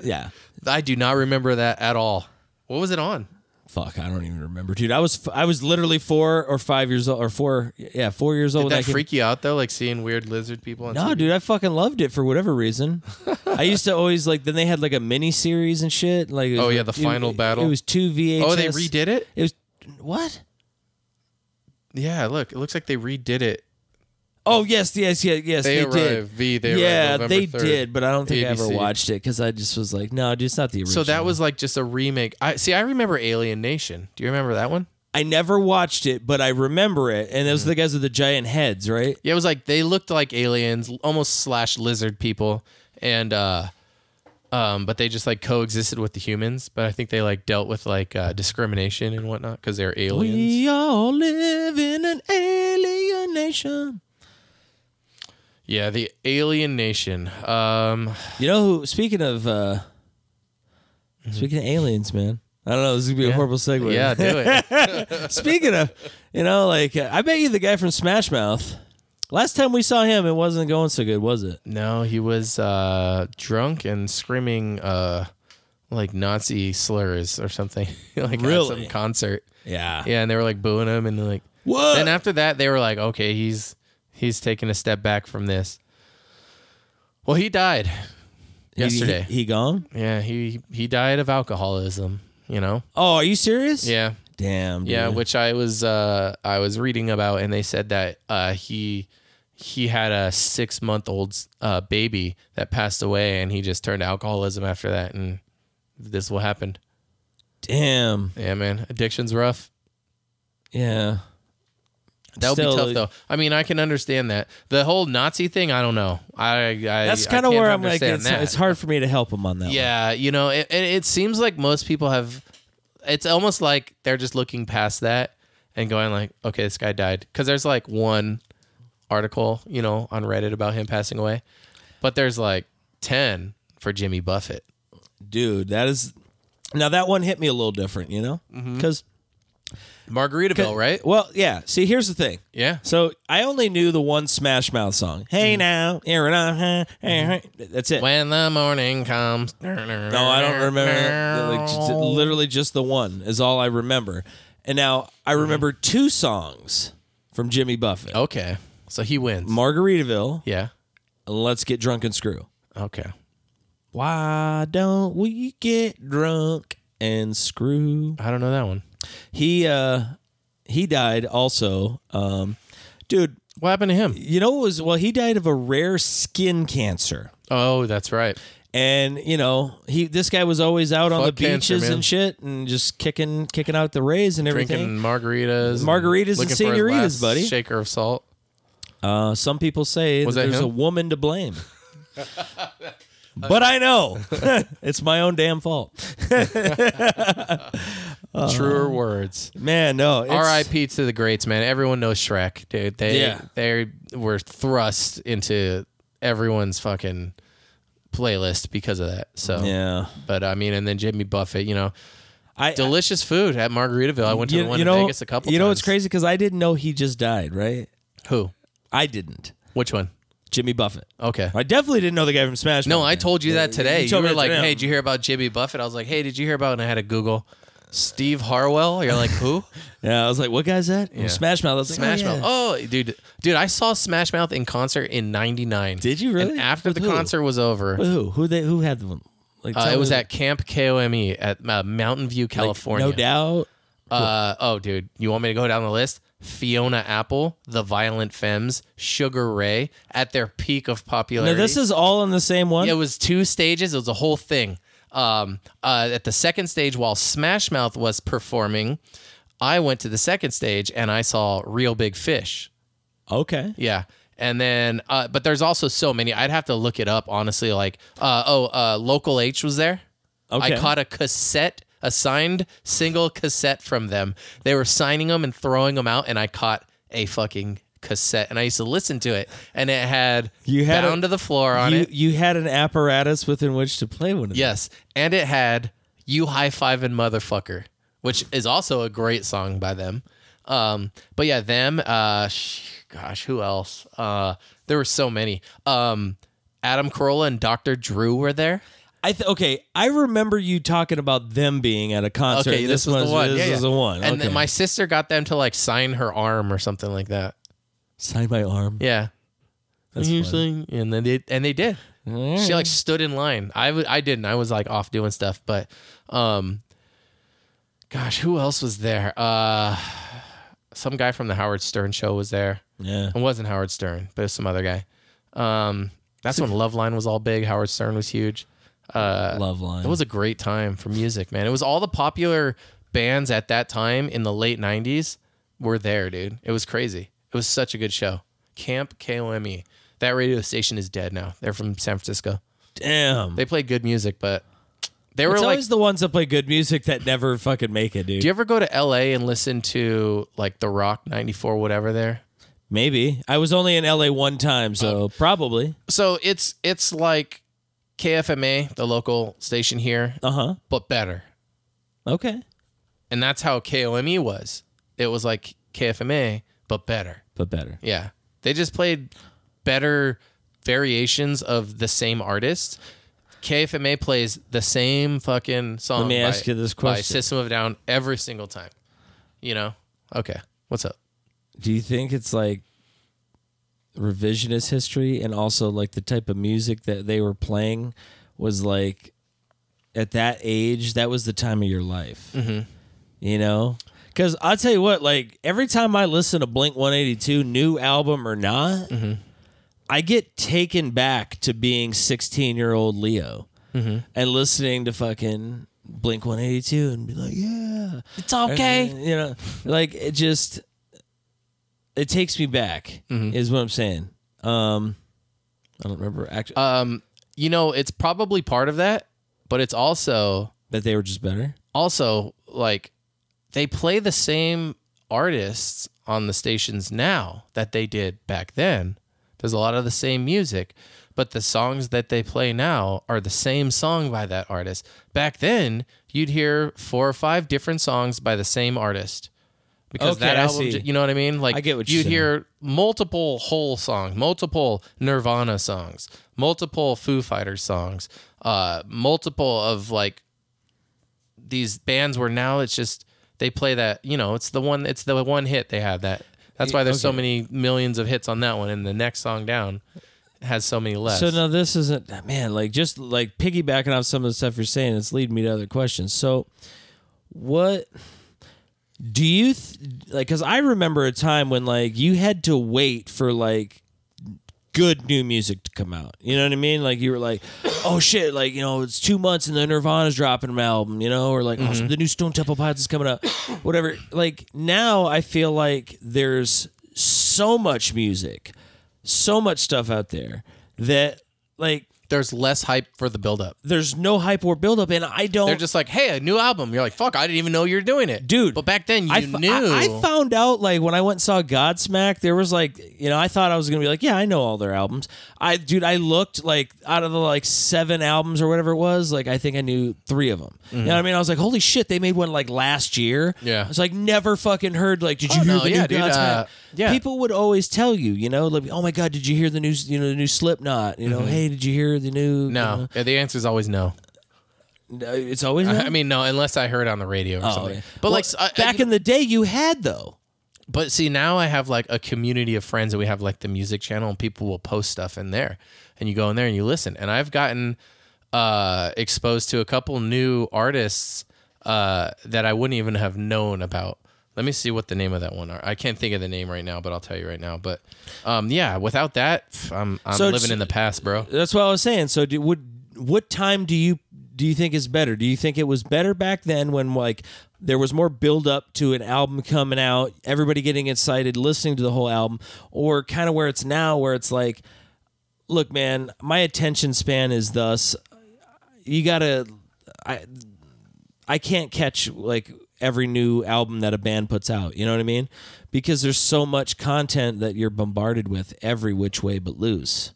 Yeah. I do not remember that at all. What was it on? Fuck, I don't even remember, dude. I was I was literally four or five years old, or four, yeah, four years old. Did when I that came- freak you out though? Like seeing weird lizard people? On No, TV? dude, I fucking loved it for whatever reason. I used to always like. Then they had like a mini series and shit. Like, it Oh, was- yeah, the it- final battle. It was two VHS. Oh, they redid it. It was what? Yeah, look, it looks like they redid it. Oh yes, yes, yes, yes. They, They, arrived. did. V. They yeah, arrived November they 3rd. did, but I don't think I ever ABC. watched it because I just was like, no, dude, it's not the original. So that was like just a remake. I see. I remember Alien Nation. Do you remember that one? I never watched it, but I remember it. And those are the Mm-hmm. guys with the giant heads, right? Yeah, it was like they looked like aliens, almost slash lizard people, and uh, um, but they just like coexisted with the humans. But I think they like dealt with like uh, discrimination and whatnot because they're aliens. We all live in an alien nation. Yeah, the Alien Nation. Um, You know who? Speaking of, uh speaking of aliens, man. I don't know. This is gonna be a horrible segue. Mm-hmm. yeah, do it. Speaking of, you know, like uh, I bet you the guy from Smash Mouth. Last time we saw him, it wasn't going so good, was it? No, he was uh, drunk and screaming uh, like Nazi slurs or something. like at Really? some concert. Yeah. Yeah, and they were like booing him and like What? Then after that they were like, okay, he's he's taking a step back from this. Well, he died He- yesterday. he, he gone? yeah, he he died of alcoholism. You know. Oh, are you serious? Yeah. Damn. Dude. Yeah, which I was uh, I was reading about, and they said that uh, he he had a six month old uh, baby that passed away, and he just turned to alcoholism after that, and this is what happened. Damn. Yeah, man, addiction's rough. Yeah. That would be Still, tough though. I mean, I can understand that. The whole Nazi thing, I don't know. I, I That's I kind of can't where I'm like, understand it's, that. it's hard for me to help him on that. one. Yeah, you know, it, it, it seems like most people have. It's almost like they're just looking past that and going like, okay, this guy died because there's like one article, you know, on Reddit about him passing away, but there's like ten for Jimmy Buffett. dude, that is. Now that one hit me a little different, you know, Mm-hmm. because Margaritaville, right? well, yeah. See, here's the thing. Yeah. So I only knew the one Smash Mouth song. Hey now, here it is, huh, hey, hey. that's it. Mm-hmm. When the morning comes. No, No, I don't remember. Like, just- literally, just the one is all I remember. And now I Mm-hmm. remember two songs from Jimmy Buffett: Okay, so he wins. Margaritaville, Oh. yeah. and Let's Get Drunk and Screw. Okay. Why don't we get drunk and screw? I don't know that one. He uh, he died also, um, dude. What happened to him? You know what was well? He died of a rare skin cancer. Oh, that's right. and you know he this guy was always out on the Fuck cancer, beaches man. and shit and just kicking kicking out the rays and Drinking everything margaritas, and Margaritas and looking for his senoritas, last buddy. Shaker of salt. uh, some people say Was that that there's him? a woman to blame but i know it's my own damn fault Truer words. man no Uh-huh. it's, R.I.P. to the greats, man. Everyone knows Shrek, dude. They Yeah. they were thrust into everyone's fucking playlist because of that. So yeah but I mean, and then Jimmy Buffett, you know, i delicious food at Margaritaville. I went to the you, one you know in Vegas a couple. you know times. what's crazy because i didn't know he just died right Who? i didn't Which one? jimmy buffett Okay. i definitely didn't know the guy from smash Oh. No, Mouth, I man. told you that today. you You, told me were that like, today. "Hey, did you hear about Jimmy Buffett?" I was like, "Hey, did you hear about?" And I had to Google Steve Harwell. You're like, "Who?" yeah i was like what guy's that From smash mouth I was like, Smash oh, yeah. Mouth. Oh, dude, dude, I saw Smash Mouth in concert in '99. Did you really? And after With the who? concert was over, But who? Who they? Who had them? Like Oh. uh, tell it me was the- at Camp KOME at uh, Mountain View, like, California. no doubt. Uh, oh, dude, you want me to go down the list? Fiona Apple, The Violent Femmes, Sugar Ray, at their peak of Now popularity. this is all in the same one. It was two stages. It was a whole thing. Um, uh, at the second stage, while Smash Mouth was performing, I went to the second stage and I saw Real Big Fish. okay. Yeah. And then, uh, but there's also so many. I'd have to look it up, honestly. Like, uh, oh, uh, Local H was there. Okay. I caught a cassette, a signed single cassette from them. They were signing them and throwing them out, and I caught a fucking cassette. And I used to listen to it, and it had You had a- Down to the Floor on you it. you had an apparatus within which to play one of them. Yes, and it had "You High Five and Motherfucker," which is also a great song by them. Um, but yeah, them. Uh, sh- gosh, who else? Uh, there were so many. Um, Adam Carolla and Dr. Drew were there. I th- okay. I remember you talking about them being at a concert. Okay, this, this, was one's- the one. This Yeah, is yeah. the one. And then okay. my sister got them to like sign her arm or something like that. sign my arm. Yeah. That's You fun. sing- And then they and they did. She like stood in line. I w- I didn't. I was like off doing stuff. But, um, gosh, who else was there? Uh, some guy from the Howard Stern show was there. Yeah. It wasn't Howard Stern, but it was some other guy. Um, that's when Loveline was all big. Howard Stern was huge. Love line. uh, It was a great time for music, man. It was all the popular bands at that time in the late '90s were there, dude. It was crazy. It was such a good show. Camp KOME. E. That radio station is dead now. They're from San Francisco. damn. They play good music, but they were It's like. always the ones that play good music that never fucking make it, dude. do you ever go to LA and listen to like The Rock '94, whatever? There, Maybe I was only in LA one time, so Uh, probably. so it's it's like KFMA, the local station here, Uh huh. but better. Okay, And that's how KOME E was. It was like KFMA, but better. but better. Yeah. They just played better variations of the same artist. KFMA plays the same fucking song. Let me by- ask you this By question. System of a Down every single time. You know? Okay. What's up? Do you think it's like revisionist history, and also like the type of music that they were playing was like at that age? That was the time of your life, mm-hmm. you know. Because I'll tell you what, like every time I listen to Blink 182, new album or not, I get taken back to being 16 year old Leo and listening to fucking Blink 182 and be like, yeah, it's okay. you know, like it just, it takes me back, is what I'm saying. Um, I don't remember actually, Um, you know, it's probably part of that, but it's also but they were just better. also like they play the same artists on the stations now that they did back then. There's a lot of the same music, but the songs that they play now are the same song by that artist. Back then, you'd hear four or five different songs by the same artist. Because Okay, that I album, see. j- you know what I mean? Like I get what you're you'd saying. hear multiple whole songs, multiple Nirvana songs, multiple Foo Fighters songs, uh, multiple of like these bands where now it's just they play that you know it's the one it's the one hit they had that that's why there's so Okay. many millions of hits on that one and the next song down has so many less So now this isn't man, like just like piggybacking off some of the stuff you're saying, it's leading me to other questions. So what do you th- like cuz I remember a time when like you had to wait for like good new music to come out. You know what I mean? Like you were like, "Oh shit, like, you know, it's 2 months and the Nirvana's dropping an album, you know, or like oh, the new Stone Temple Pilots is coming up." Whatever. Like now I feel like there's so much music so much stuff out there that like there's less hype for the buildup there's no hype or buildup and I don't they're just like hey a new album you're like fuck i didn't even know you're doing it Oh. Dude, but back then you I, fo- knew I, I found out like when I went and saw Godsmack, there was like you know I thought I was gonna be like yeah I know all their albums. I dude I looked like out of the like seven albums or whatever it was like I think I knew three of them. You know what I mean? I was like holy shit they made one like last year. Mm-hmm. Yeah. I was like never fucking heard like did you Oh, hear no, the yeah, new dude, Godsmack? uh, yeah. People would always tell you you know like oh my god did you hear the new you know the new Slipknot you know hey did you hear the new you Mm-hmm. no know? Yeah, the answer is always no No, it's always i mean no unless i heard it on the radio or something but like uh, I- I- Oh, back in the day, you had though. But see, now I have like a community of friends that we have like the music channel, and people will post stuff in there, and you go in there and you listen. And I've gotten uh, exposed to a couple new artists uh, that I wouldn't even have known about. Let me see what the name of that one are. I can't think of the name right now, but I'll tell you right now. But um, yeah, without that, pff, I'm I'm So it's- living in the past, bro. That's what I was saying. So, do, what what time do you do you think is better? Do you think it was better back then when like there was more build up to an album coming out, everybody getting excited, listening to the whole album, or kind of where it's now, where it's like, look, man, my attention span is thus. You gotta, I, I can't catch like every new album that a band puts out. You know what I mean? Because there's so much content that you're bombarded with every which way but loose.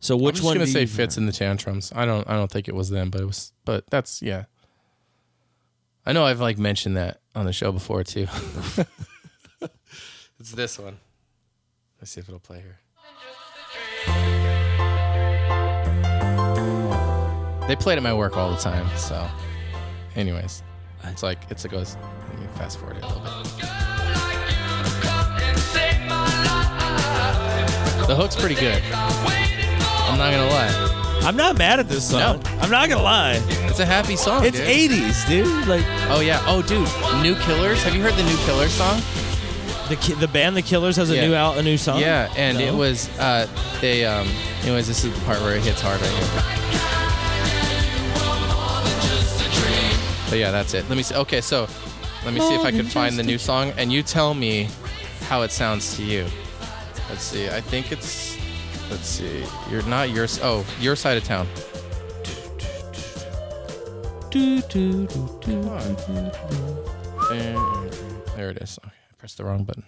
So I'm which just one? gonna do say you- fits in the tantrums. I don't I don't think it was them, but it was. But that's yeah. I know I've like mentioned that on the show before too. it's this one. Let's see if it'll play here. They played at my work all the time. So, anyways, it's like it's it goes. Let me fast forward it a little bit. The hook's pretty good. I'm not gonna lie. I'm not mad at this song. No. I'm not gonna lie. It's a happy song. It's dude. 80s, dude. Like Oh yeah. Oh dude, New Killers. Have you heard the New Killers song? the ki- the band The Killers has a Yeah. new out a new song. Yeah, and No? it was uh they um anyways this is the part where it hits hard right here. But yeah, that's it. Let me see okay, so let me see if I can find the new song and you tell me how it sounds to you. Let's see. I think it's let's see. You're not your oh, your side of town. Come on. There- There it is. Okay, I pressed the wrong button.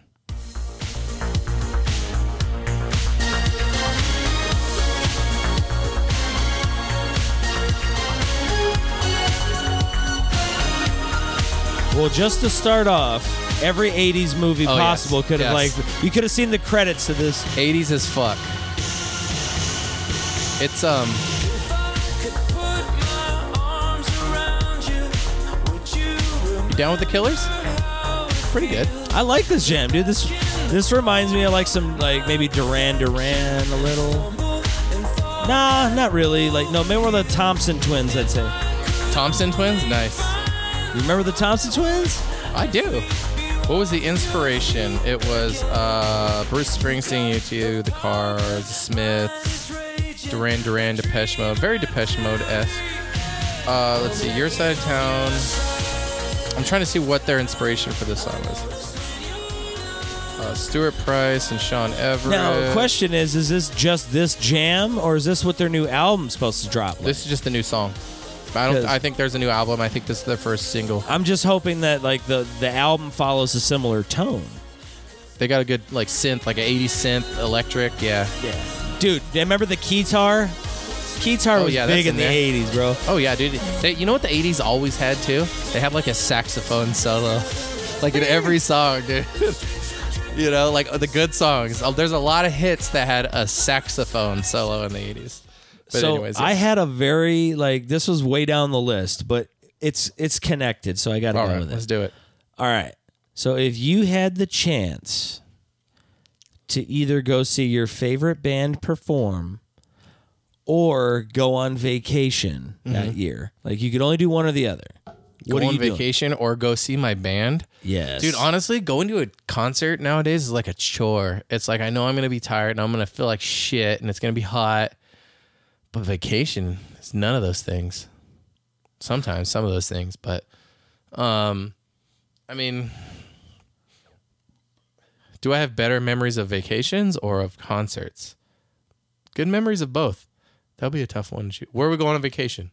Well, just to start off, every 80s movie Oh, yes. possible could have Yes. like you could have seen the credits to this. 80s as fuck. It's um You down with the killers? Pretty good. I like this jam, dude. This this reminds me of like some like maybe Duran Duran a little. Nah, not really. Like no, maybe we're the Thompson twins. I'd say. Thompson twins? Nice. You remember the Thompson twins? I do. What was the inspiration? It was uh, Bruce Springsteen, U2, The Cars, The Smiths, Duran Duran, Depeche Mode. Very Depeche Mode esque. Uh, let's see, Your Side of Town. I'm trying to see what their inspiration for this song was. Uh, Stuart Price and Sean Everett. Now, question is: Is this just this jam, or is this what their new album's supposed to drop? like? This is just a new song. I don't. 'Cause- I think there's a new album. I think this is their first single. I'm just hoping that like the the album follows a similar tone. They got a good like synth, like an 80s synth, electric. Yeah. Yeah, dude. Remember the guitar? Guitar Oh, was yeah, big in, that's in the there. '80s, bro. Oh yeah, dude. They, you know what the '80s always had too? They had like a saxophone solo, like in every song, dude. you know, like the good songs. Oh, There's a lot of hits that had a saxophone solo in the '80s. But so anyways, I it's- had a very like this was way down the list, but it's it's connected, so I got to go all right, with it. let's do it. All right. So if you had the chance to either go see your favorite band perform or go on vacation that year, like you could only do one or the other. What Mm-hmm. go are on you doing? vacation or go see my band. Yes, Dude, honestly, going to a concert nowadays is like a chore. It's like I know I'm gonna be tired and I'm gonna feel like shit and it's gonna be hot. But vacation is none of those things. Sometimes some of those things, but um I mean do I have better memories of vacations or of concerts? Good memories of both. That'll be a tough one to choose. Where are we going on vacation?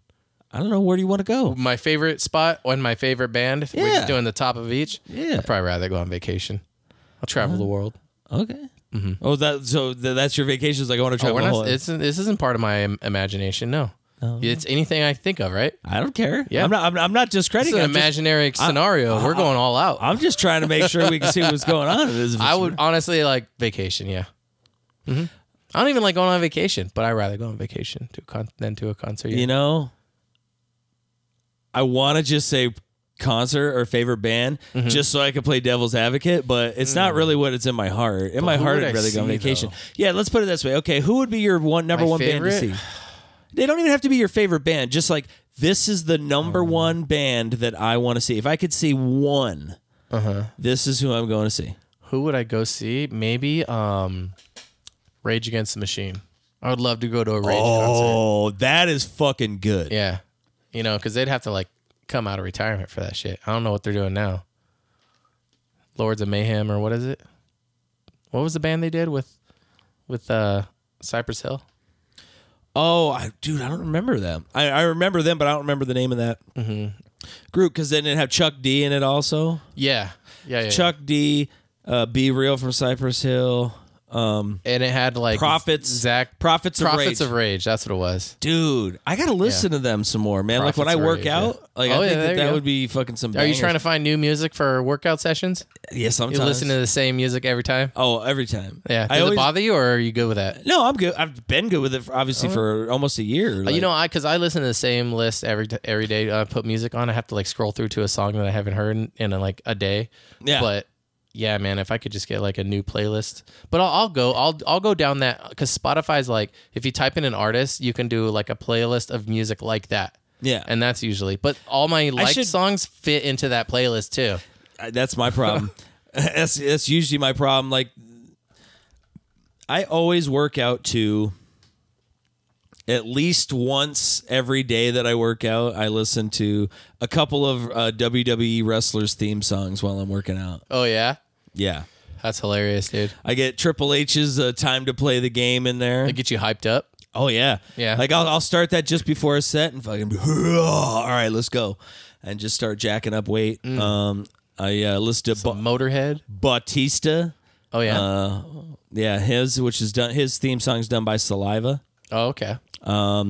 I don't know where do you want to go. My favorite spot and my favorite band. If We're Yeah. just doing the top of each. Yeah. I'd probably rather go on vacation. I'll travel the world. Okay. Oh, that so th- that's your vacation. Is like I want to Oh, travel. we're the not, whole- Oh, it's, this isn't part of my im- imagination. No, it's anything I think of. Right? I don't care. Yeah. I'm not. I'm, I'm not It's discrediting. an I'm just- imaginary scenario. we're going all out. i I'm just trying to make sure we can see what's going on. in this- would honestly like vacation. Yeah. Mhm. I don't even like going on vacation, but I'd rather go on vacation to a con- than to a concert. You know, I want to just say concert or favorite band Mm-hmm. just so I can play devil's advocate, but it's not really what it's in my heart. In my Mm. who heart, would I'd I rather go on see, vacation. though? Yeah, let's put it this way. Okay, who would be your one number My one band favorite? to see? They don't even have to be your favorite band. Just like this is the Oh. number one band that I want to see. If I could see one, Uh-huh. this is who I'm going to see. Who would I go see? Maybe um, Rage Against the Machine. I would love to go to a Rage concert. Oh, that is fucking good. Yeah. You know, because they'd have to like come out of retirement for that shit. I don't know what they're doing now. Lords of Mayhem or what is it? What was the band they did with with uh Cypress Hill? Oh, I, dude, I don't remember them. I, I remember them, but I don't remember the name of that group because they didn't have Chuck D in it also. Yeah. Yeah. yeah, yeah. Chuck D, uh, Be Real from Cypress Hill. and it had like Prophets- Zach Prophets of Prophets Rage. of Rage. That's what it was. Dude, I gotta listen to them some more, man. Prophets like of when I work Rage, yeah. out, like Oh, I yeah, think there that, you that go. would be fucking some. Are you trying to find new music for workout sessions? Yeah, You sometimes listen to the same music every time. Oh, every time. Yeah. Does I always, it bother you, or are you good with that? No, I'm good. I've been good with it, for, obviously, for almost a year. Uh, like- you know, I because I listen to the same list every t- every day. I put music on. I have to like scroll through to a song that I haven't heard in, in like a day. Yeah. But yeah, man, if I could just get like a new playlist, but I'll, I'll go. I'll I'll go down that because Spotify's like if you type in an artist, you can do like a playlist of music like that. Yeah. And that's usually, but all my like should- songs fit into that playlist too. I- that's my problem. that's that's usually my problem. Like, I always work out to at least once every day that I work out. I listen to a couple of uh, WWE wrestlers' theme songs while I'm working out. Oh yeah, Yeah, that's hilarious, dude. I get Triple H's uh, "Time to Play the Game" in there. It gets you hyped up. Oh yeah, Yeah. Like I'll, I'll start that just before a set and fucking. be, All right, let's go, and just start jacking up weight. Um, I uh, listened to ba- Motorhead. Bautista. Oh yeah. Uh, yeah, his which is done. His theme song's done by Saliva. oh okay. Uh,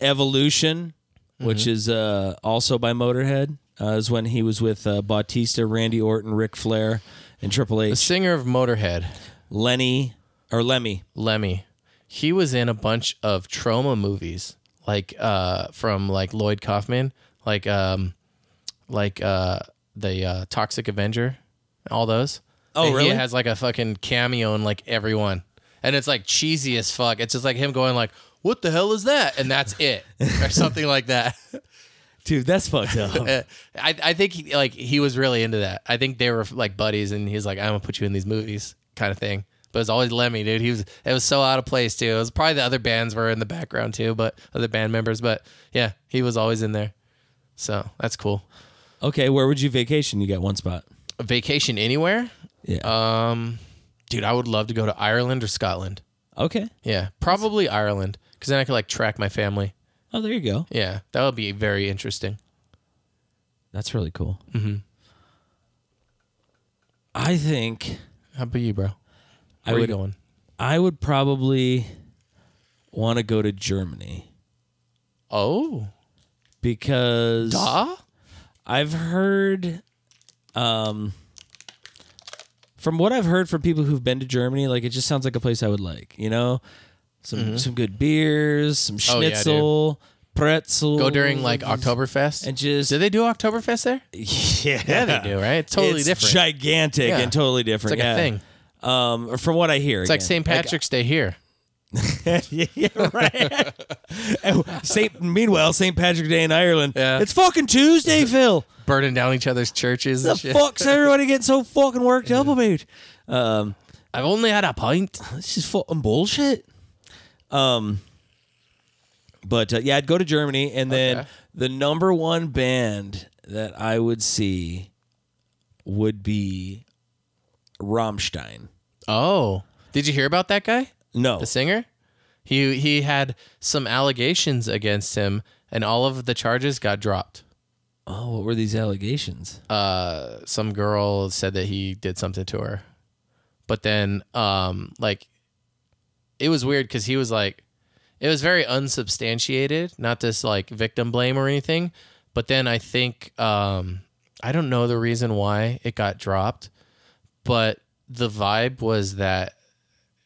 Evolution, which is uh, also by Motorhead, uh, is when he was with uh, Bautista, Randy Orton, Ric Flair, and Triple The H. singer of Motorhead, Lenny or Lemmy. Lemmy, he was in a bunch of trauma movies, like uh, from like Lloyd Kaufman, like um, like uh, the uh, Toxic Avenger, all those. Oh, And really? He has like a fucking cameo in like everyone, and it's like cheesy as fuck. It's just like him going like, "What the hell is that?" and that's it, or something like that. Dude, that's fucked up. Uh, I I think he, like he was really into that. I think they were like buddies, and he's like, "I'm gonna put you in these movies," kind of thing. But it's always Lemmy, dude. He was it was so out of place too. It was probably the other bands were in the background too, but other band members. But yeah, he was always in there. So that's cool. okay, where would you vacation? You got one spot. A vacation anywhere, Yeah. dude? I would love to go to Ireland or Scotland. okay. Yeah, probably Ireland, because then I could like track my family. Oh, there you go. Yeah, that would be very interesting. That's really cool. Mm-hmm. I think How about you, bro? Where I are you would going? I would probably want to go to Germany Oh, because ah, I've heard, um, from what I've heard from people who've been to Germany, like it just sounds like a place I would like. You know, some some good beers, some Mm-hmm. Oh, yeah, dude. schnitzel, pretzel. go during like Oktoberfest and just Do they do Oktoberfest there? yeah, they do, right? It's totally It's different. gigantic Yeah. and totally It's different. like yeah. a thing. Um, from what I hear, It's like St. Patrick's Day here. yeah, yeah, right. And Saint, meanwhile, St. Patrick's Day in Ireland. Yeah. It's fucking Tuesday, Phil. Burning down each other's churches. The and shit. fuck's everybody getting so fucking worked up about? Um, I've only had a pint. this is fucking bullshit. Um, but uh, yeah, I'd go to Germany, and then Okay. the number one band that I would see would be Rammstein. Oh. Did you hear about that guy? No, The singer? He he had some allegations against him and all of the charges got dropped. oh, what were these allegations? uh, some girl said that he did something to her. But then, um, like, it was weird because he was like, it was very unsubstantiated, not this like victim blame or anything. But then I think, um, I don't know the reason why it got dropped, but the vibe was that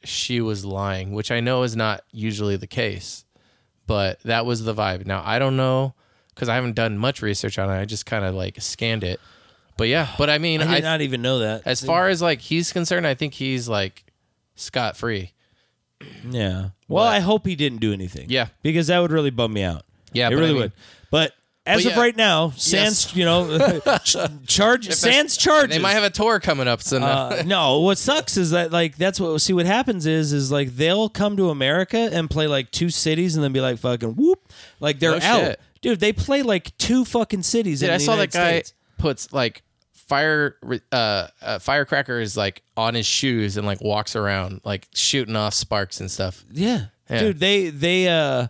she was lying, which I know is not usually the case but that was the vibe. Now I don't know because I haven't done much research on it. I just kind of like scanned it. But yeah, but I mean, I did I, not even know that. as far as like he's concerned, I think he's like scot free. Yeah. Well, I hope he didn't do anything. Yeah. Because that would really bum me out. Yeah, It but I really mean- would. But as But of yeah. right now, Sans, Yes. you know, ch- charge Sans charges. They might have a tour coming up soon. uh, no, what sucks is that like that's what see what happens is is like they'll come to America and play like two cities and then be like fucking whoop, like they're No out, shit. dude. They play like two fucking cities. Dude, in I the saw that United guy States. puts like fire uh, uh firecrackers like on his shoes and like walks around like shooting off sparks and stuff. Yeah. Yeah. Dude, they they uh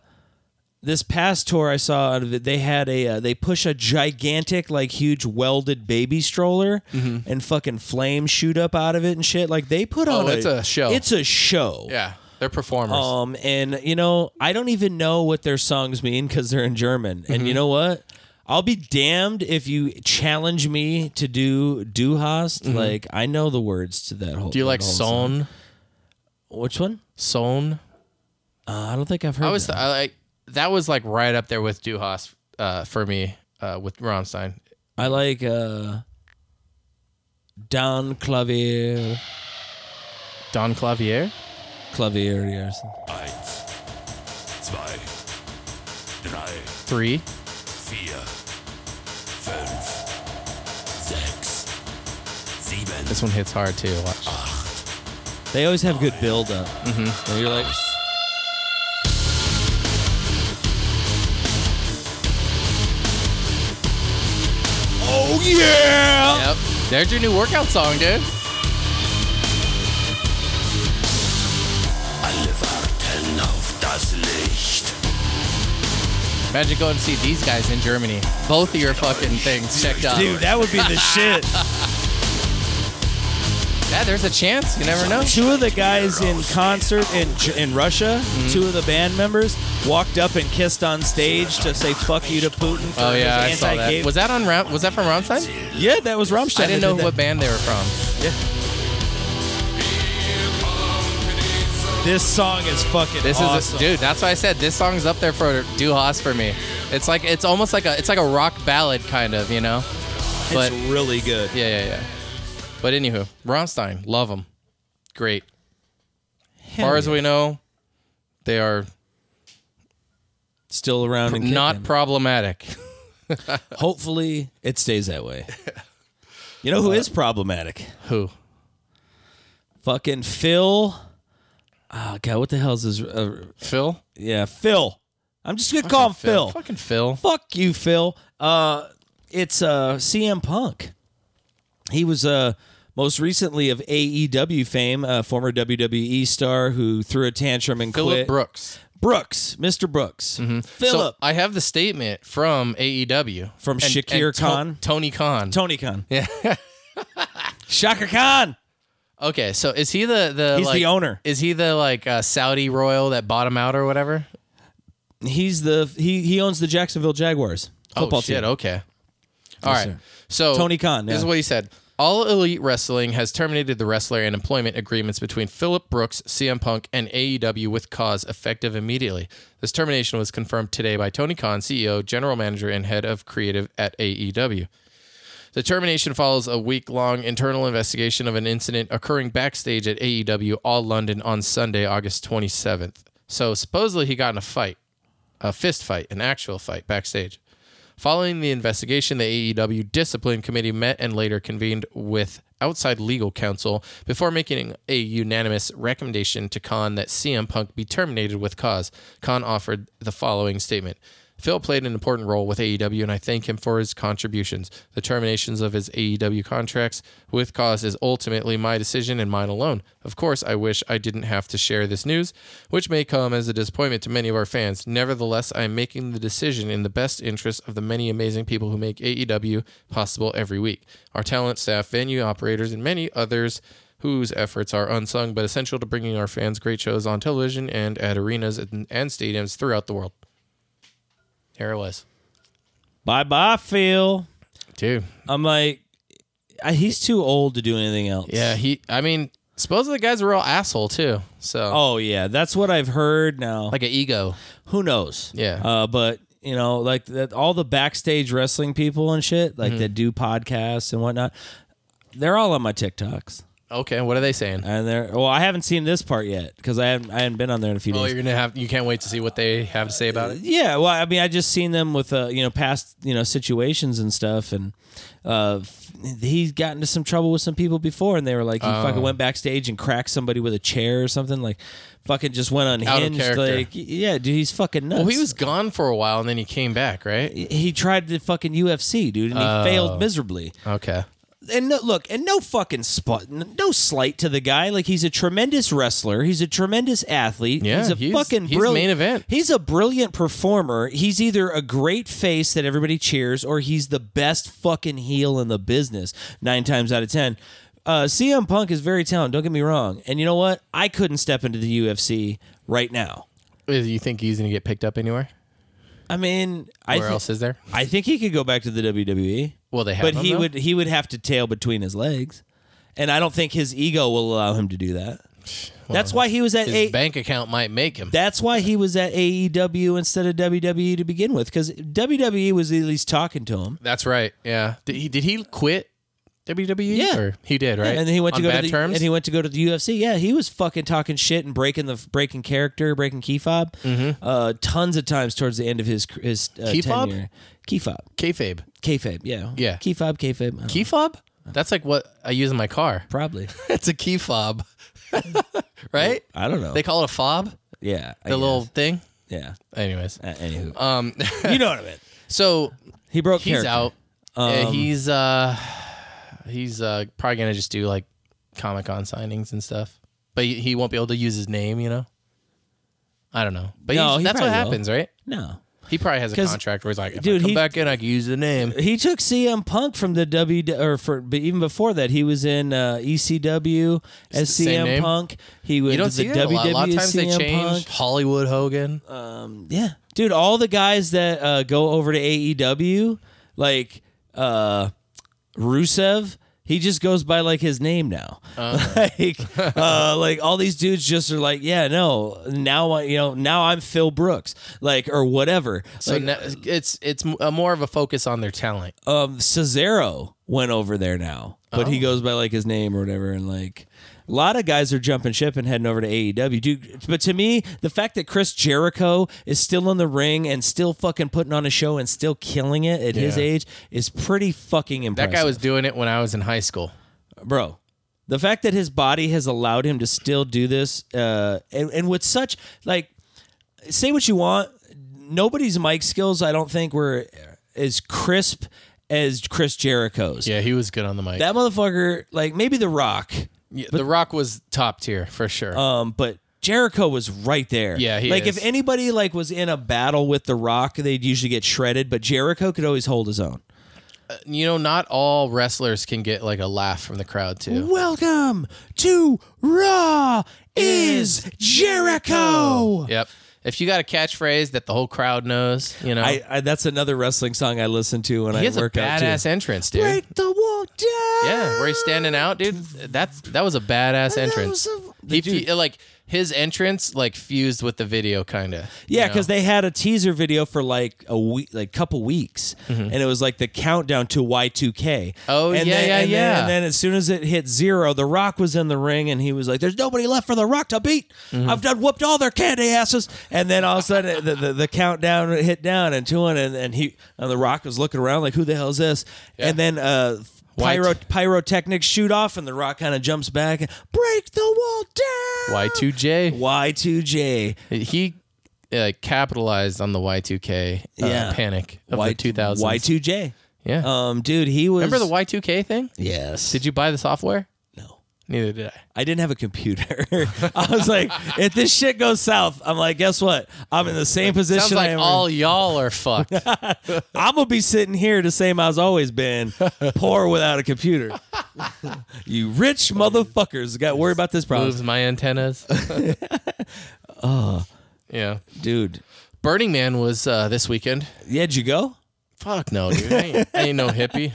this past tour I saw out of it, they had a uh, they push a gigantic like huge welded baby stroller and fucking flames shoot up out of it and shit. Like they put Mm-hmm. Oh, on it's a show. It's a show. Yeah, they're performers. Um, and you know, I don't even know what their songs mean because they're in German. Mm-hmm. And you know what? I'll be damned if you challenge me to do Du hast. Like I know the words to that whole. Mm-hmm. Do you like that whole song. Son? Which one? Son? Uh, I don't think I've heard. I was that. I like that was like right up there with Duhas uh, for me uh, with Rammstein. I like uh, Dan Clavier, Don Clavier. Clavier or something. Eins, zwei, drei, Three. vier, fünf, sechs, sieben, This one hits hard too. Watch. They always have good build up. Mm-hmm. And you're like, oh yeah! Yep. There's your new workout song, dude. alle warten auf das Licht. Imagine going to see these guys in Germany. Both of your fucking things checked out. Dude, that would be the shit. Yeah, there's a chance. You never know. Two of the guys in concert in in Russia, Mm-hmm. two of the band members walked up and kissed on stage to say "fuck you" to Putin. For Oh his yeah, I saw anti-gay- that. Was that on Ra- Was that from Rammstein? yeah, that was Rammstein. I didn't that know did that. what band they were from. This song is fucking This is awesome. a, dude. That's why I said this song's up there for Duhas for me. It's like it's almost like a it's like a rock ballad kind of, you know. But it's really good. yeah, yeah, yeah. But anywho, Rammstein, love them. Great. As far as we know, they are Still around and not kicking. problematic. Hopefully, it stays that way. You know who is problematic? Who? Fucking Phil. Oh god, what the hell's his? Uh, Phil? yeah, Phil. I'm just gonna call him Phil. Fucking Phil. Fuck you, Phil. Uh, it's uh, CM Punk. He was uh, most recently of AEW fame, a former WWE star who threw a tantrum and Philip quit. Brooks. Brooks, Mr. Brooks, Philip So I have the statement from E AEW From Shakir To- Khan? Tony Khan. Tony Khan, Yeah. Shaka Khan. Okay, so is he the the He's the like- owner. Is he the like uh, Saudi royal that bought him out or whatever? He's the he he owns the Jacksonville Jaguars football oh shit! team. Okay. All right. sir. So Tony Khan, This yeah. is what he said. All Elite Wrestling has terminated the wrestler and employment agreements between Philip Brooks, CM Punk, and AEW with cause effective immediately. This termination was confirmed today by Tony Khan, CEO, General Manager, and Head of Creative at AEW. The termination follows a week long internal investigation of an incident occurring backstage at AEW All London on Sunday, August 27th. So supposedly he got in a fight, a fist fight, an actual fight backstage. Following the investigation, the AEW Discipline Committee met and later convened with outside legal counsel before making a unanimous recommendation to Khan that CM Punk be terminated with cause. Khan offered the following statement. Phil played an important role with AEW, and I thank him for his contributions. The terminations of his AEW contracts with cause is ultimately my decision and mine alone. Of course, I wish I didn't have to share this news, which may come as a disappointment to many of our fans. Nevertheless, I am making the decision in the best interest of the many amazing people who make AEW possible every week our talent, staff, venue operators, and many others whose efforts are unsung but essential to bringing our fans great shows on television and at arenas and and stadiums throughout the world. There it was. Bye bye, Phil. Dude. I'm like, I, he's too old to do anything else. Yeah, he I mean, supposedly the guy's a real asshole too. So Oh yeah, that's what I've heard now. like an ego. who knows? Yeah. Uh, but you know, like that, all the backstage wrestling people and shit, Mm-hmm. like that do podcasts and whatnot. They're all on my TikToks, Okay, what are they saying? and they're well. I haven't seen this part yet because I haven't I haven't been on there in a few Oh, days. you're gonna have you can't wait to see what they have to say about it. Yeah, well, I mean, I just seen them with uh, you know past you know situations and stuff, and uh, f- he's gotten into some trouble with some people before, and they were like he Oh. fucking went backstage and cracked somebody with a chair or something, like fucking just went Out of unhinged. character. Like, yeah, dude, he's fucking nuts. Well, he was gone for a while and then he came back, right? Oh. he tried the fucking UFC, dude, and he failed miserably. Okay. and no, look, and no fucking spot, no slight to the guy. Like he's a tremendous wrestler. He's a tremendous athlete. Yeah, he's a he's- fucking he's brilliant main event. He's a brilliant performer. He's either a great face that everybody cheers, or he's the best fucking heel in the business. Nine times out of ten, uh, CM Punk is very talented. Don't get me wrong. And you know what? I couldn't step into the UFC right now. Is- Uh, You think he's gonna get picked up anywhere? I mean, I Where thi- else is there? I think he could go back to the E. WWE. Well, they have but him, he though? would he would have to tail between his legs, and I don't think his ego will allow him to do that. that's why he was at His a- bank account might make him. That's why he was at AEW instead of WWE to begin with, because WWE E was at least talking to him. That's right. Yeah. Did he did he quit WWE? Yeah. Or he did, right? And then he went On to go bad to the, terms. and he went to go to the UFC. Yeah, he was fucking talking shit and breaking the breaking character, breaking key fob, uh, tons of times towards the end of his his uh, Mm-hmm. Key fob? tenure. Key fob, kayfabe. kayfabe, yeah, Yeah. key fob, kayfabe, I don't know. Key fob? That's like what I use in my car. probably. That's a key fob, right? I don't know. They call it a fob, yeah, I the little guess. thing. yeah. Anyways, Uh, anywho, um, you know what I mean. so He broke. he's character. Um, out. Yeah, he's uh, he's uh, probably gonna just do like Comic Con signings and stuff, but he, he won't be able to use his name, you know. I don't know, but No, he- he that's what probably will. happens, right? No, He probably has a 'Cause, contract where he's like, if dude, I come he- back in, I can use the name. he took CM Punk from the W, or for but even before that, he was in uh, ECW as the same CM name. Punk. He was You don't the see WWE that a lot. A lot of as times they E, CM change Punk. Uh, Hollywood Hogan. Yeah, dude, all the guys that uh, go over to AEW, like uh, Rusev. He just goes by like his name now, like uh, like all these dudes just are like, yeah, no, now I, you know, now I'm Phil Brooks, like or whatever. so Like, uh, now it's it's m- a more of a focus on their talent. um Cesaro went over there now, but Oh. he goes by like his name or whatever, and like a lot of guys are jumping ship and heading over to AEW, dude. But to me, the fact that Chris Jericho is still in the ring and still fucking putting on a show and still killing it at his Yeah. age is pretty fucking That impressive. guy was doing it when I was in high school. bro. The fact that his body has allowed him to still do this, uh, and, and with such like, say what you want, nobody's mic skills, I don't think were as crisp as Chris Jericho's. Yeah, he was good on the mic. That motherfucker, like maybe The Rock, Yeah, the Rock was top tier for sure. um, but Jericho was right there. Yeah, he like is. if anybody like was in a battle with The Rock, they'd usually get shredded, but Jericho could always hold his own. you know, not all wrestlers can get like a laugh from the crowd too. Welcome to Raw is Jericho. Yep. If you got a catchphrase that the whole crowd knows, you know, I, I that's another wrestling song I listen to when he I has a work out. badass too. entrance, dude. Break the wall down. Yeah, where he's standing out, dude. That's that was a badass was entrance. a- he, Dude. fu- like his entrance like fused with the video, kind of. Yeah, because they had a teaser video for like a week, like couple weeks, and it was like the countdown to Y2K. Mm-hmm. Oh, and yeah, then, yeah, and then- yeah. and then as soon as it hit zero, The Rock was in the ring, and he was like, "There's nobody left for The Rock to beat. Mm-hmm. I've done whooped all their candy asses." And then all of a sudden, the, the, the countdown hit down and two, and and he and The Rock was looking around like, "Who the hell is this?" And then. uh White. Pyro, pyrotechnics shoot off, and The Rock kind of jumps back and break the wall down. Y2J. Y2J. He uh, capitalized on the Y2K uh, Yeah. panic of the 2000s. Y two J. Yeah. Um, dude, he was. Remember the Y2K thing? Yes. Did you buy the software? No. Neither did I. I didn't have a computer. I was like, if this shit goes south, I'm like, guess what? I'm in the same position. Sounds I like am all y'all are fucked. I'm gonna be sitting here the same I've always been, poor without a computer. you rich motherfuckers got worried about this Moves problem, my antennas. Yeah. dude. Burning Man was uh, this weekend. Yeah, did you go? Fuck no, dude. I ain't, I ain't no hippie.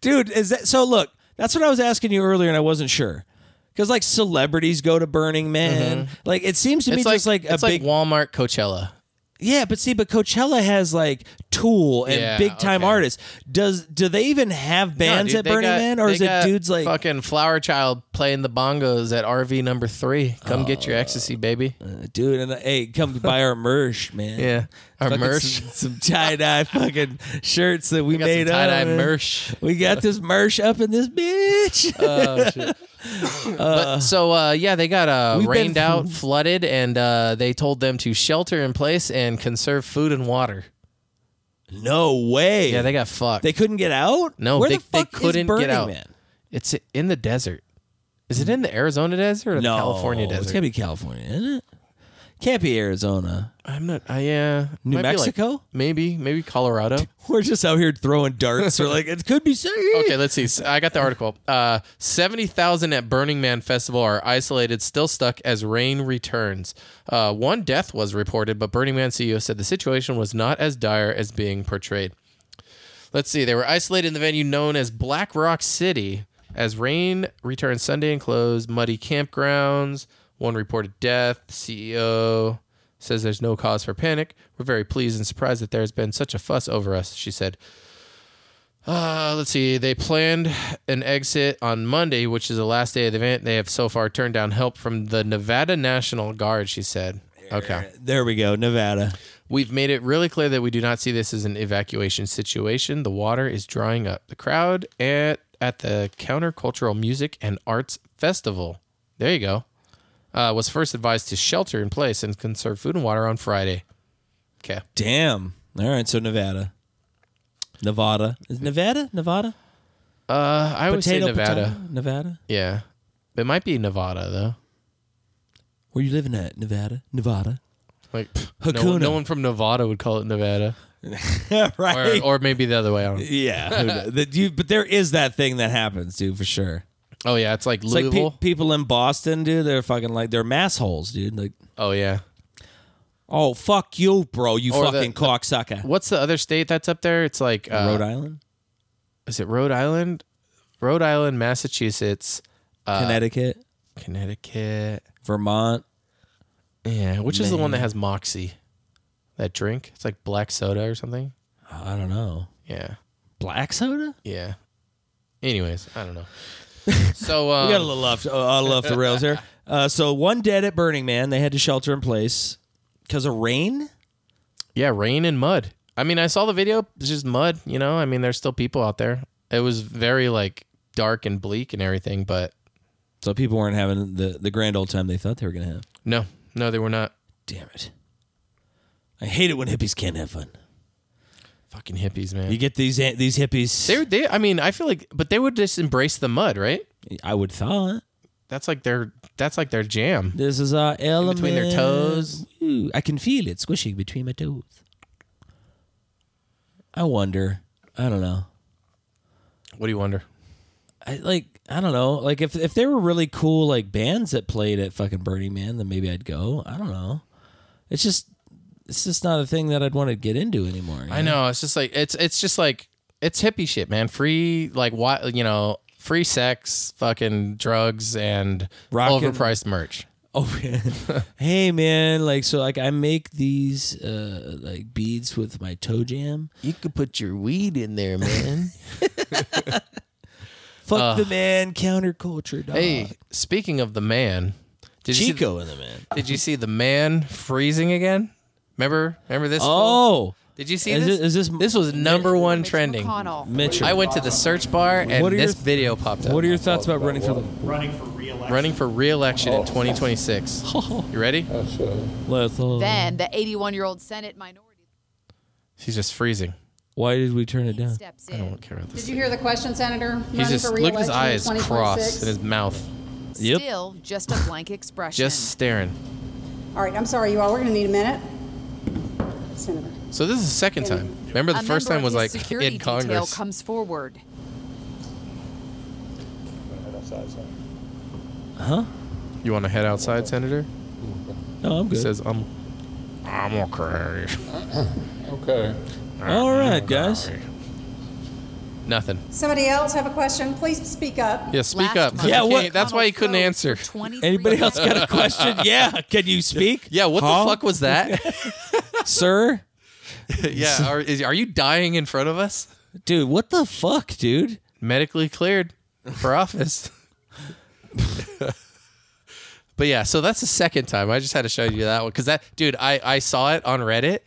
dude is that so look that's what i was asking you earlier and i wasn't sure because like celebrities go to burning man like it seems to me Uh-huh. It's like, just like a it's big like Walmart Coachella. yeah but see but coachella has like tool and Yeah, big time okay. artists does do they even have bands No, dude, at they burning got- man or they is it got dudes like fucking Flower Child playing the bongos at RV number three? Come get Uh, your ecstasy, baby. dude and hey come buy our merch man Yeah, our Fucking merch. some, some tie-dye fucking shirts that we, We got some made tie dye up, man. merch. Uh, we got this merch up in this bitch but so uh, yeah, they got uh, We've rained been- out, flooded, and uh, they told them to shelter in place and conserve food and water. No way. Yeah, they got fucked. They couldn't get out. no, Where they, the fuck they couldn't is Burning get out. Man? It's in the desert. Is it in the Arizona desert or no, the California desert? It's gonna be California, isn't it? Can't be Arizona. I'm not. I yeah. New Might be like- Mexico? maybe. Maybe Colorado. We're just out here throwing darts. We're like, it could be city. Okay, let's see. S- I got the article. Uh, Seventy thousand at Burning Man festival are isolated, still stuck as rain returns. Uh, one death was reported, but Burning Man CEO said the situation was not as dire as being portrayed. Let's see. They were isolated in the venue known as Black Rock City as rain returned Sunday and closed muddy campgrounds. One reported death. CEO says there's no cause for panic. We're very pleased and surprised that there's been such a fuss over us, she said. Uh, let's see. They planned an exit on Monday, which is the last day of the event. They have so far turned down help from the Nevada National Guard, she said. Okay. There we go, Nevada. We've made it really clear that we do not see this as an evacuation situation. The water is drying up. The crowd at, at the Countercultural Music and Arts Festival, there you go, uh, was first advised to shelter in place and conserve food and water on Friday. Okay. Damn. All right, so Nevada. Nevada. Is Nevada? Nevada? Uh, I would say Nevada. potato, Nevada? Yeah. It might be Nevada, though. Where you living at? Nevada? Nevada. Like pff, no, Hakuna. no one from Nevada would call it Nevada, or, right. or maybe the other way. I don't know. yeah. who knows? That you- but there is that thing that happens, dude, for sure. Oh yeah, it's like It's like Louisville. pe- people in Boston, dude, they're fucking like they're mass holes, dude. Like, oh yeah, oh fuck you, bro, you Or the- fucking the- cocksucker. what's the other state that's up there? It's like uh, Rhode Island? Is it Rhode Island? Rhode Island, Massachusetts, uh, Connecticut? Connecticut. Vermont? Yeah, which is the one that has Moxie? That drink? It's like black soda or something. I don't know. Yeah, Black soda? yeah. Anyways, I don't know. So um, We got a little off, uh, all off the rails here. Uh, so one dead at Burning Man. They had to shelter in place because of rain. Yeah, rain and mud. I mean, I saw the video. It's just mud, you know? I mean, there's still people out there. It was very like dark and bleak and everything, but So people weren't having the, the grand old time they thought they were going to have. no, no, they were not. Damn it. I hate it when hippies can't have fun. Fucking hippies, man. You get these these hippies. they, they, I mean, I feel like, but they would just embrace the mud, right? I would thought That's like their, that's like their jam. this is our element between their toes. Ooh, I can feel it squishing between my toes. I wonder. I don't know. What do you wonder? I like I don't know. Like if if there were really cool like bands that played at fucking Burning Man, then maybe I'd go. I don't know. It's just it's just not a thing that I'd want to get into anymore. you I know. It's just like, it's, it's just like, it's hippie shit, man. Free, like, what, you know, free sex, fucking drugs, and Rock and- overpriced merch. Oh man. hey man, like so like I make these uh like beads with my toe jam. You could put your weed in there, man. Fuck the man counterculture dog. Hey, speaking of the man, did You see, Chico and the man. did you see the man freezing again? Remember, remember this? fool? Oh, did you see is this? it- is this- this was number one trending. Mitchell. I went to the search bar and What are your- this video popped up. what are your thoughts about running for the running for re-election. running for re-election in 2026? You ready? Lethal? Then the 81 year old Senate minority He's just freezing. Why did we turn it down? steps in. Uh, I don't care about this. Did you hear the question, Senator? He's just look at his eyes crossed and his mouth Yep. Still just a blank expression. just staring. All right, I'm sorry, you all. We're going to need a minute. Senator. So this is the second time. Remember the a first time member of was his like security in detail Congress. comes forward. you want to head outside, Senator? No, I'm He good. says, "I'm, I'm okay." All right, guys. Nothing. Somebody else have a question? Please speak up. Yeah, speak Last up. month, Yeah, He what- can't- That's why he couldn't Donald answer. Trump for 23 Anybody else got a question? Yeah, can you speak? Yeah, what Huh? the fuck was that? sir? yeah, are, is, are you dying in front of us? Dude, what the fuck, dude? Medically cleared for office. but yeah, so that's the second time. I just had to show you that one because that dude, I I saw it on Reddit.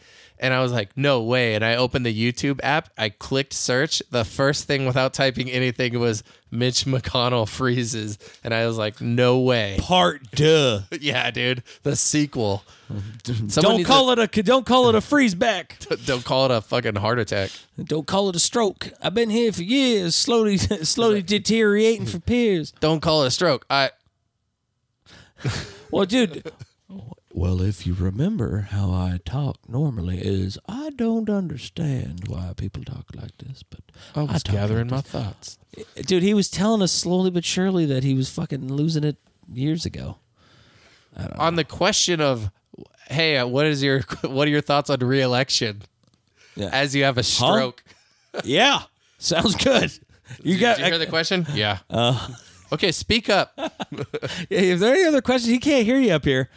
And I was like, no way. And I opened the YouTube app. I clicked search. The first thing without typing anything was Mitch McConnell freezes. And I was like, no way. Part duh. yeah, dude. The sequel. Don't call it a don't call it a freeze back. it don't call it a fucking heart attack. Don't call it a stroke. I've been here for years, slowly slowly deteriorating for peers. Don't call it a stroke. I Well, dude. Well, if you remember how I talk normally is, I don't understand why people talk like this, but I was talk Oh, gathering like my thoughts. this. Dude, he was telling us slowly but surely that he was fucking losing it years ago. On the question of hey, uh, what is your what are your thoughts on reelection? Yeah. As you have a stroke. Yeah. Sounds good. You Did got you Uh. hear the question? Yeah. okay, speak up. If there are any other questions, he can't hear you up here.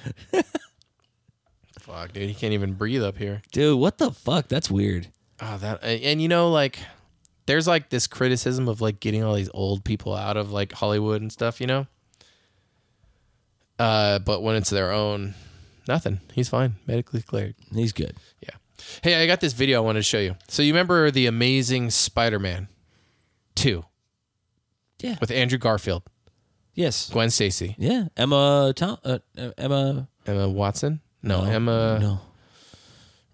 Fuck, dude, he can't even breathe up here. Dude, what the fuck? That's weird. Oh, that and you know, like, there's like this criticism of like getting all these old people out of like Hollywood and stuff, you know. Uh, but when it's their own, nothing. He's fine, medically cleared. He's good. Yeah. Hey, I got this video I wanted to show you. So you remember the Amazing Spider-Man, two. Yeah. With Andrew Garfield, Yes. Gwen Stacy, Yeah. Emma Tom uh, uh, Emma oh, Emma Watson. No, Emma No.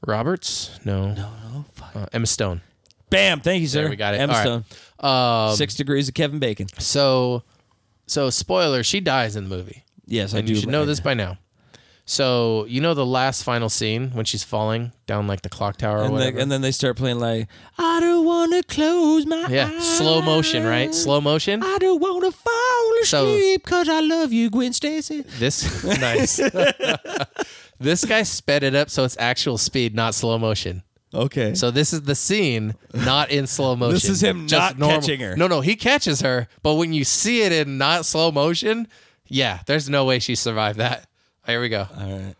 Roberts. No. No. Oh fuck. Uh, Emma Stone. Bam. Thank you, sir. There, we got it. Emma All right. Stone. Six degrees of Kevin Bacon. Um, So, so spoiler, she dies in the movie. Yes, I and do. you should know this by now. So you know the last final scene when she's falling down like the clock tower or And, whatever. the, and then they start playing like I don't wanna close my yeah, eyes. slow motion, right? Slow motion. I don't wanna fall So- asleep because I love you, Gwen Stacy. This nice. this guy sped it up so it's actual speed, not slow motion. Okay. So this is the scene, not in slow motion. is him not catching her. No, no, he catches her, but when you see it in not slow motion, yeah, there's no way she survived that. Here we go. all right.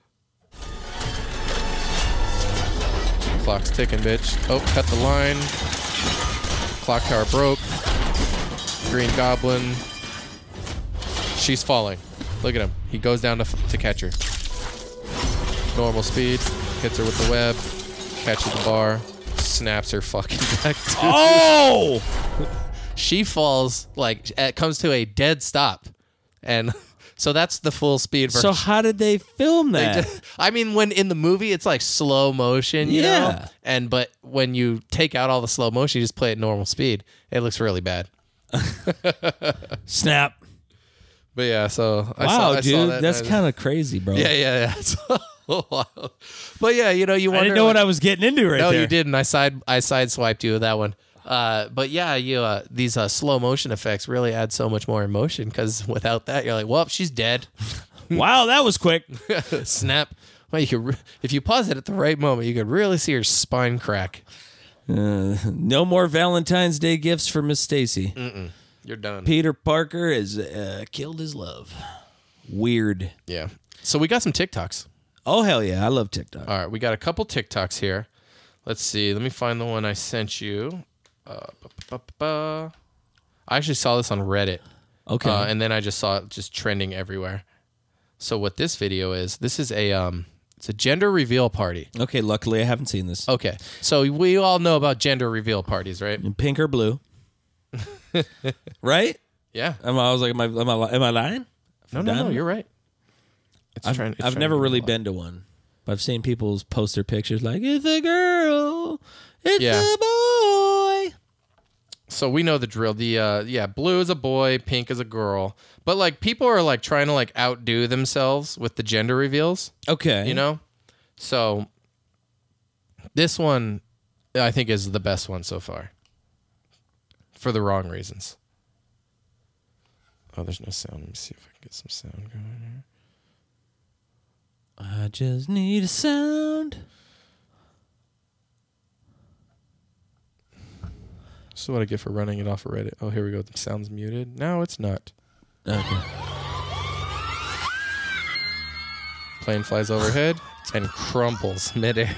Clock's ticking, bitch. Oh, cut the line. Clock tower broke. Green Goblin. She's falling. Look at him. He goes down to, to catch her. Normal speed. Hits her with the web. Catches the bar. Snaps her fucking back. Too. Oh She falls, like, it comes to a dead stop. And so that's the full speed So version. how did they film They that? just- I mean, when in the movie it's like slow motion, you know, Yeah. and but when you take out all the slow motion, you just play at normal speed. It looks really bad. Snap. But yeah, so I saw, Wow, I dude, saw that that's and I- kind of crazy, bro. yeah, yeah, yeah. It's a little wild. But yeah, you know, you I wonder. didn't know what like- I was getting into right no, there. you didn't. I side I sideswiped you with that one. Uh, but yeah, you uh, these uh, slow motion effects really add so much more emotion because without that, you're like, well, she's dead. Wow, that was quick. Snap. Well, you could re- if you pause it at the right moment, you could really see her spine crack. No more Valentine's Day gifts for Miss Stacy. You're done. Peter Parker has uh, killed his love. Weird. Yeah. So we got some TikToks. Oh hell yeah, I love TikTok. All right, we got a couple TikToks here. Let's see. Let me find the one I sent you. Uh, ba- ba- ba- ba. I actually saw this on Reddit, Okay. uh, and then I just saw it just trending everywhere. So what this video is? This is a um, it's a gender reveal party. okay. Luckily, I haven't seen this. Okay, so we all know about gender reveal parties, right? Pink or blue? right? Yeah. Am I, I was like, am I am I, li- am I lying? No, no, no. Done? You're right. It's I've, trend- it's I've trending never really a lot. been to one. But I've seen people post their pictures like it's a girl, it's Yeah. a boy. so we know the drill. The uh, yeah, blue is a boy, pink is a girl. But like people are like trying to like outdo themselves with the gender reveals, Okay. you know? So this one I think is the best one so far. For the wrong reasons. Oh, there's no sound. Let me see if I can get some sound going. I just need a sound. This is what I get for running it off of Reddit. Oh, here we go. The sound's muted. No, it's not. Okay. Plane flies overhead and crumples midair.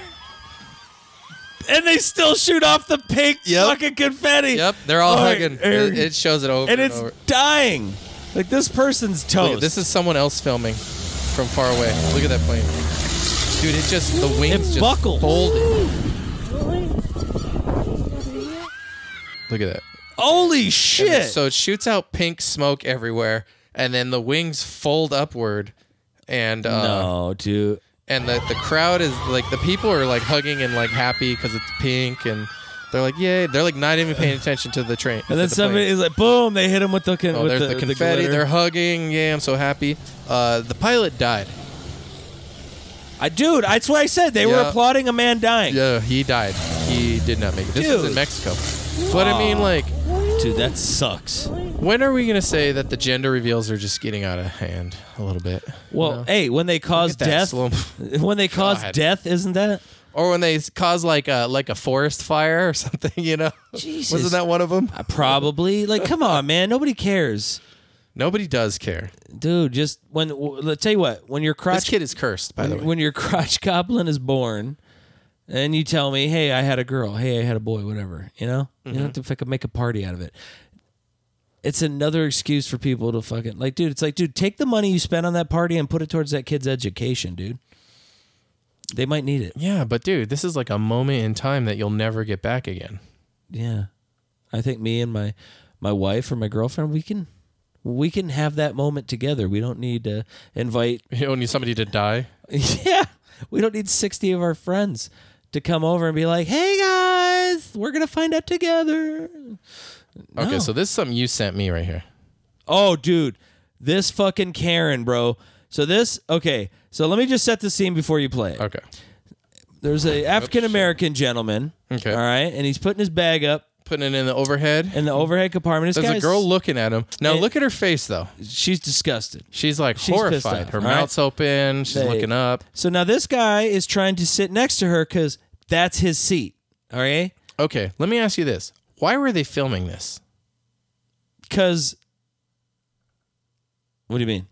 And they still shoot off the pink Yep. fucking confetti. Yep, they're all Oh, hugging. It, and- it shows it over and and, it's over. dying. Like this person's Look, toast. at- this is someone else filming from far away. Look at that plane. Dude, it just the wings just buckles. folded. Look at that. Holy And it- shit! So it shoots out pink smoke everywhere, and then the wings fold upward, and uh, no, dude. and the the crowd is like the people are like hugging and like happy because it's pink, and they're like yay, they're like not even paying attention to the train. And then to the plane. somebody is like, boom! They hit him with the con- Oh, with there's the, the, confetti. glitter. they're hugging. Yeah, I'm so happy. Uh, the pilot died. I, dude, that's what I said. They were Yeah. applauding a man dying. Yeah, he died. He did not make it. This is Dude. in Mexico. But I mean, like, Dude, that sucks. when are we gonna say that the gender reveals are just getting out of hand a little bit? Well, hey, when they cause Look at that death, slump. when they cause God. death, isn't that? Or when they s- cause like a like a forest fire or something, you know? Jesus. Uh, Wasn't that one of them? Probably. Like, come on, man. Nobody cares, Nobody does care. dude. Just when w- let's tell you what. When your This crotch kid is cursed, by the when, way. when your crotch goblin is born, and you tell me, "Hey, I had a girl. Hey, I had a boy. Whatever." You know, you Mm-hmm. don't have to fucking make a party out of it. It's another excuse for people to fucking like, dude. It's like, dude, take the money you spent on that party and put it towards that kid's education, dude. They might need it. Yeah, but dude, this is like a moment in time that you'll never get back again. Yeah. I think me and my my wife or my girlfriend we can we can have that moment together. We don't need to invite You don't need somebody to die. Yeah. We don't need 60 of our friends to come over and be like, "Hey guys, we're going to find out together." Okay, No. so this is something you sent me right here. Oh, dude. This fucking Karen, bro. So this, okay. So let me just set the scene before you play it. Okay. There's a African American gentleman. Okay. All right, and he's putting his bag up Putting it in the overhead. in the overhead compartment. This There's a guy's- girl looking at him. Now It- look at her face though. She's disgusted. She's like She's pissed horrified. off, Her all right? mouth's open. She's They- looking up. So now this guy is trying to sit next to her because that's his seat. All right. Okay, let me ask you this. Why were they filming this? Because what do you mean?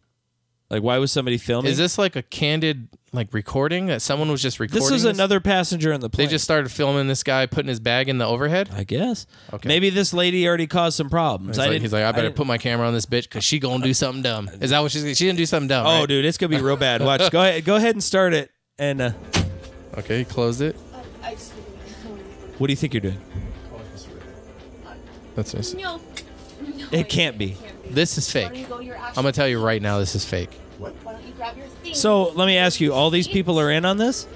Like, why was somebody filming? Is this like a candid like recording that someone was just recording? this was another passenger in the They plane. just started filming this guy putting his bag in the overhead. I guess. Okay. Maybe this lady already caused some problems. He's, I like, didn't- he's like, I better didn't- Uh, put my camera on this bitch because she gonna do something dumb. Is that what she's? She didn't do something dumb. Oh, right? dude, it's gonna be real bad. Watch. go ahead. Go ahead and start it. And uh, Okay, he closed it. what do you think you're doing? That's nice. It can't be. This is fake. I'm gonna tell you right now, this is fake. So let me ask you: All these people are in on this.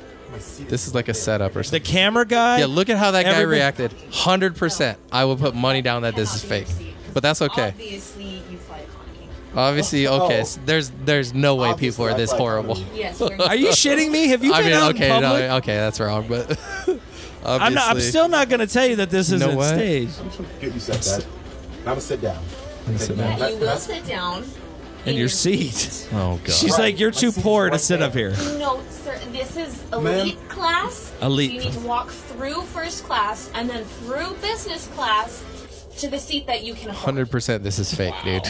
This is like a setup or The something. camera guy. Yeah, look at how that guy Everybody- reacted. Hundred percent. I will put money down that this is fake, but that's okay. Obviously, you fly economy. Obviously, Oh. okay. so there's there's no way people Obviously, are I this like horrible. Yes, we're Are you shitting me? Have you been I mean, out okay, in no, public? okay, that's wrong, but obviously, I'm not. I'm still not going to tell you that this You know isn't what? staged. Get you set that. Have a sit down. You will sit down. In your seat. Oh god. She's like, you're too poor to sit up here. No, sir. This is elite class. Elite. So you need to walk through first class and then through business class to the seat that you can afford. Hundred percent, this is fake, dude.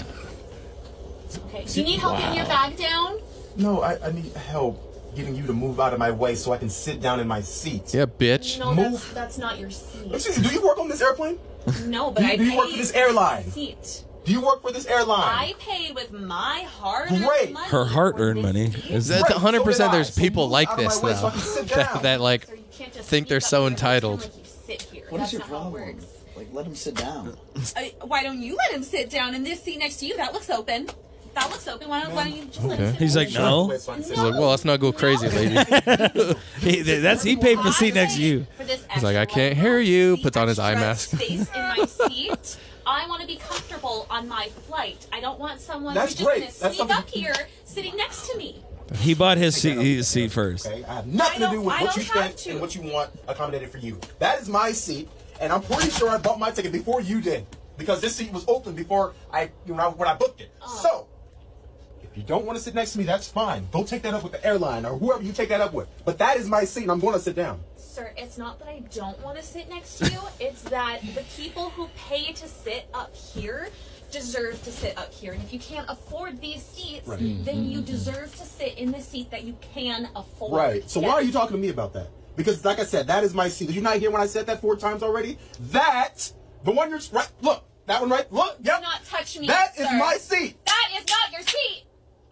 Okay. Do you need help getting your bag down? No, I, I need help getting you to move out of my way so I can sit down in my seat. Yeah, bitch. No, that's Move. that's not your seat. Excuse me, do you work on this airplane? No, but Do you- I do you paid work for this airline? Seat. Do you work for this airline? I paid with my hard Great. money. Her hard earned for this money seat. is That's Right, hundred so percent. did There's I. So people move like out of my this way so now I can sit that, down. that like So you can't just think sneak they're up so here and pretend entitled. Like you sit here. What That's is your not how it problem? works. Like, let him sit down. I, Uh, why don't you let him sit down in this seat next to you? That looks open. That looks open. Why don't, why don't you just let him sit He's down? like, no. So I can sit He's like, well, let's not go crazy, lady. He, that's he paid for the seat next to you. He's like, "I can't hear you." Puts on his eye mask. Space in my seat. I want to be comfortable on my flight. I don't want someone That's who's just going great. to That's sneak something- up here sitting next to me. He bought his seat, his seat first. Okay, I have nothing I to do don't- with I what you don't have spent to. and what you want accommodated for you. That is my seat, and I'm pretty sure I bought my ticket before you did because this seat was open before I when I, when I booked it. Oh. So, if you don't want to sit next to me, that's fine. Go take that up with the airline or whoever you take that up with. But that is my seat, and I'm going to sit down. Sir, it's not that I don't want to sit next to you. It's that the people who pay to sit up here deserve to sit up here. And if you can't afford these seats, Right. Mm-hmm. then you deserve to sit in the seat that you can afford. Right. So why Yes. are you talking to me about that? Because like I said, that is my seat. Did you not hear when I said that four times already? That the one you're right. Look, that one right. Look. Yep. Do not touch me. That That is is my seat. That is not your seat.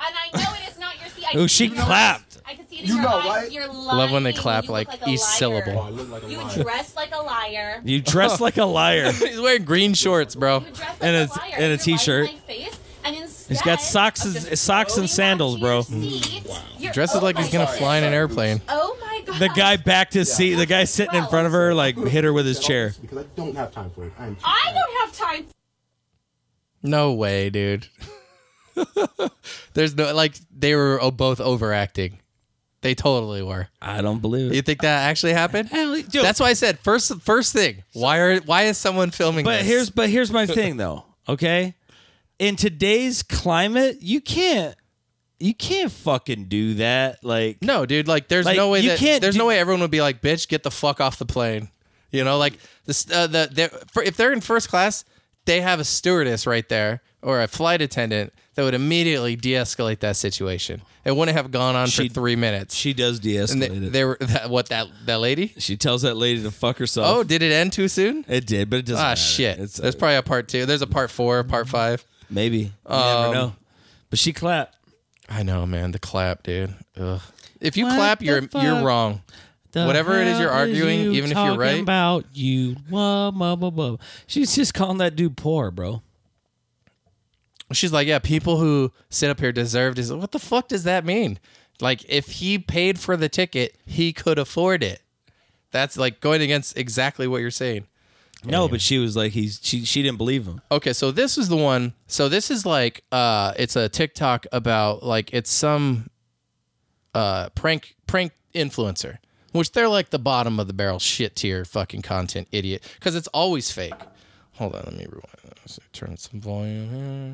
And I know it is not your seat. I Ooh, she can see it. clapped. I can see it in You your know, eyes, right? Oh, you're lying. Love when they clap you like, look a each liar. syllable. I look like a You liar. dress like a liar. You dress like a liar. He's wearing green shorts, bro. You dress like And a- a, liar. and a You're lying t-shirt. to my face, and instead He's got socks of and- just socks and going back sandals, to your bro. Mm. seat, you're- Dresses oh like he's my gonna God. fly in an airplane. Oh my god. The guy backed his seat. The guy sitting in front of her like hit her with his chair. Because I don't have time for it. I'm I don't have time. No way, dude. There's no like they were oh, both overacting. They totally were. I don't believe You it. think that actually happened? Hell, dude. That's why I said first first thing. Why are why is someone filming But this? here's but here's my thing though. Okay, in today's climate, you can't you can't fucking do that. Like No, dude. Like, there's Like, no way you that can't there's do- no way everyone would be like, "Bitch, get the fuck off the plane." You know, like this. Uh, the they're, for, if they're in first class, they have a stewardess right there or a flight attendant that would immediately de-escalate that situation. It wouldn't have gone on She- for three minutes. she does and they, de-escalate it. they were that, what that that lady. She tells that lady to fuck herself. Oh, did it end too soon? it did, but it doesn't. Ah, matter. shit. It's, Mm-hmm. there's probably a part two. There's a part four, a part five. maybe. You never Um, know. But she clapped. I know, man. The clap, dude. Ugh. If you What clap, the you're you're fuck? wrong. Whatever it is you're hell arguing, you even if you're talking right? about you, blah, blah, blah, blah. She's just calling that dude poor, bro. She's like, yeah, people who sit up here deserved is what the fuck does that mean? Like if he paid for the ticket, he could afford it. That's like going against exactly what you're saying. No, but she was like, he's she she didn't believe him. Okay, so this is the one. So this is like uh it's a TikTok about like it's some uh prank prank influencer, which they're like the bottom of the barrel shit tier fucking content idiot cuz it's always fake. Hold on, let me rewind. Let's turn some volume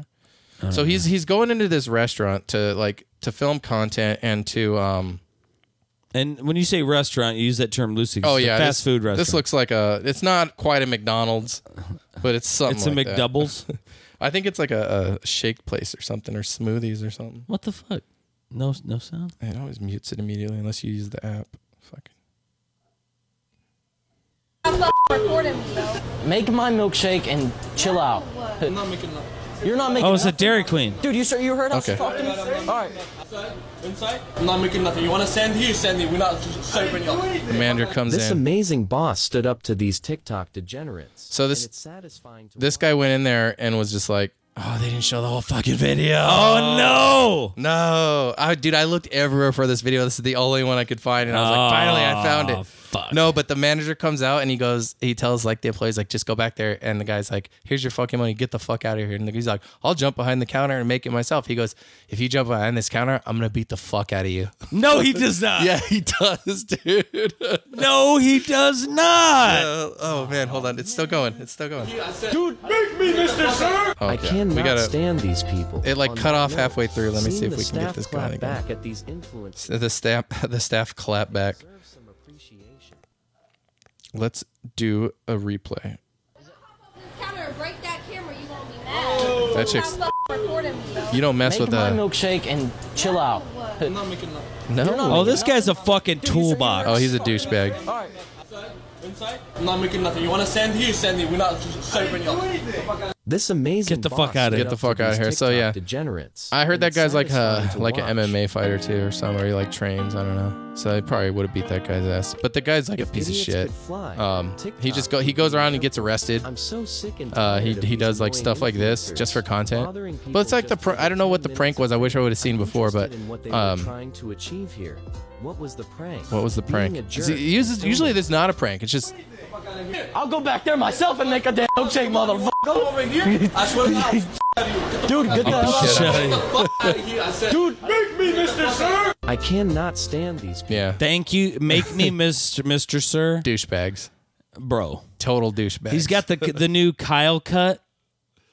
here. Oh, So he's he's going into this restaurant to like to film content and to um And when you say restaurant, you use that term loosely. 'cause oh it's a yeah fast this, food restaurant. This looks like a it's not quite a McDonald's, but it's something. It's a like that. McDoubles. I think it's like a, a shake place or something, or smoothies or something. what the fuck? No, no sound. It always mutes it immediately unless you use the app. Fucking. Make my milkshake and chill out. I'm not making You're not making Oh, it's a nothing? Dairy Queen. Dude, you, sir, you heard us Okay. talking? All right. I'm not making nothing. You want to send here, send here. We're not sobering up. Commander comes This in. amazing boss stood up to these TikTok degenerates. So this- and it's satisfying to This guy went in there and was just like, "Oh, they didn't show the whole fucking video." Oh no! No, I, dude, I looked everywhere for this video. This is the only one I could find, and I was like, finally, I found Ah, Oh, it. fuck. No, but the manager comes out and he goes, he tells like the employees, like, just go back there. And the guy's like, here's your fucking money, get the fuck out of here. And the- he's like, I'll jump behind the counter and make it myself. He goes, if you jump behind this counter, I'm gonna beat the fuck out of you. No, he does not. yeah, he does, dude. No, he does not. Uh, oh man, hold on, it's still going, it's still going. Dude, make me, Mr. Sir! Oh, I yeah. cannot we gotta. stand these people. It, like, On cut that off note, halfway through. Let me seeing see if the we can get staff this going clap again. back at these influencers The staff, the staff clap back. deserve some appreciation. Let's do a replay. Counter, break that camera. You gonna be mad? Oh. That chick's- Stop fucking recording me, though. You don't mess Make with my a milkshake and chill out. I'm not making nothing. no. You're not Oh, Oh, this guy's a fucking toolbox. he's a douchebag. All right. Inside? I'm not making nothing. You want to send here, send here. We're not sobering up. This amazing Get the boss fuck stood outta here. up Get the to fuck outta these here. So, TikTok yeah. degenerates. I heard and that it's guy's like uh, satisfying to like watch. an MMA fighter too, or something, or he like trains. I don't know. So I probably would have beat that guy's ass. But the guy's like a If piece of idiots shit. could fly, Um, he TikTok just go would he be goes around and airborne. gets arrested. I'm so sick and Uh, tired he of he these does like stuff like this influencers just for bothering content. But people it's like the just pr- to I don't know get what the 10 prank minutes was. I of wish I would have seen content. before, but Interested in what they were um, trying to achieve here. What was the prank? what was the Being prank? a It's- jerk. it uses- usually there's not a prank. It's just I'll go back there myself and make a damn milkshake, motherfucker. Over here? I swear to God. Get the Dude, get the hell out. shit out. fuck out of here. I said, Dude, make me, Mr. Sir! I cannot stand these people. yeah Thank you. Make me, Mister Mister Sir, douchebags, bro. total douchebags. He's got the the new Kyle cut,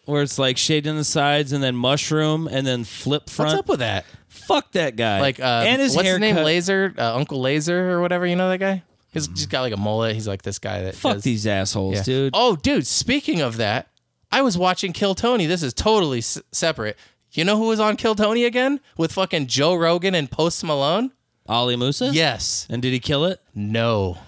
where it's like shaved in the sides and then mushroom and then flip front. What's up with that? Fuck that guy. Like uh, and his what's his name? haircut. Laser, uh, Uncle Laser, or whatever. You know that guy? He's just got like a mullet. He's like this guy that Fuck does- these assholes, Yeah. dude. Oh, dude. Speaking of that, I was watching Kill Tony. This is totally s- separate. You know who was on Kill Tony again with fucking Joe Rogan and Post Malone? Ollie Musa. Yes. And did he kill it? No.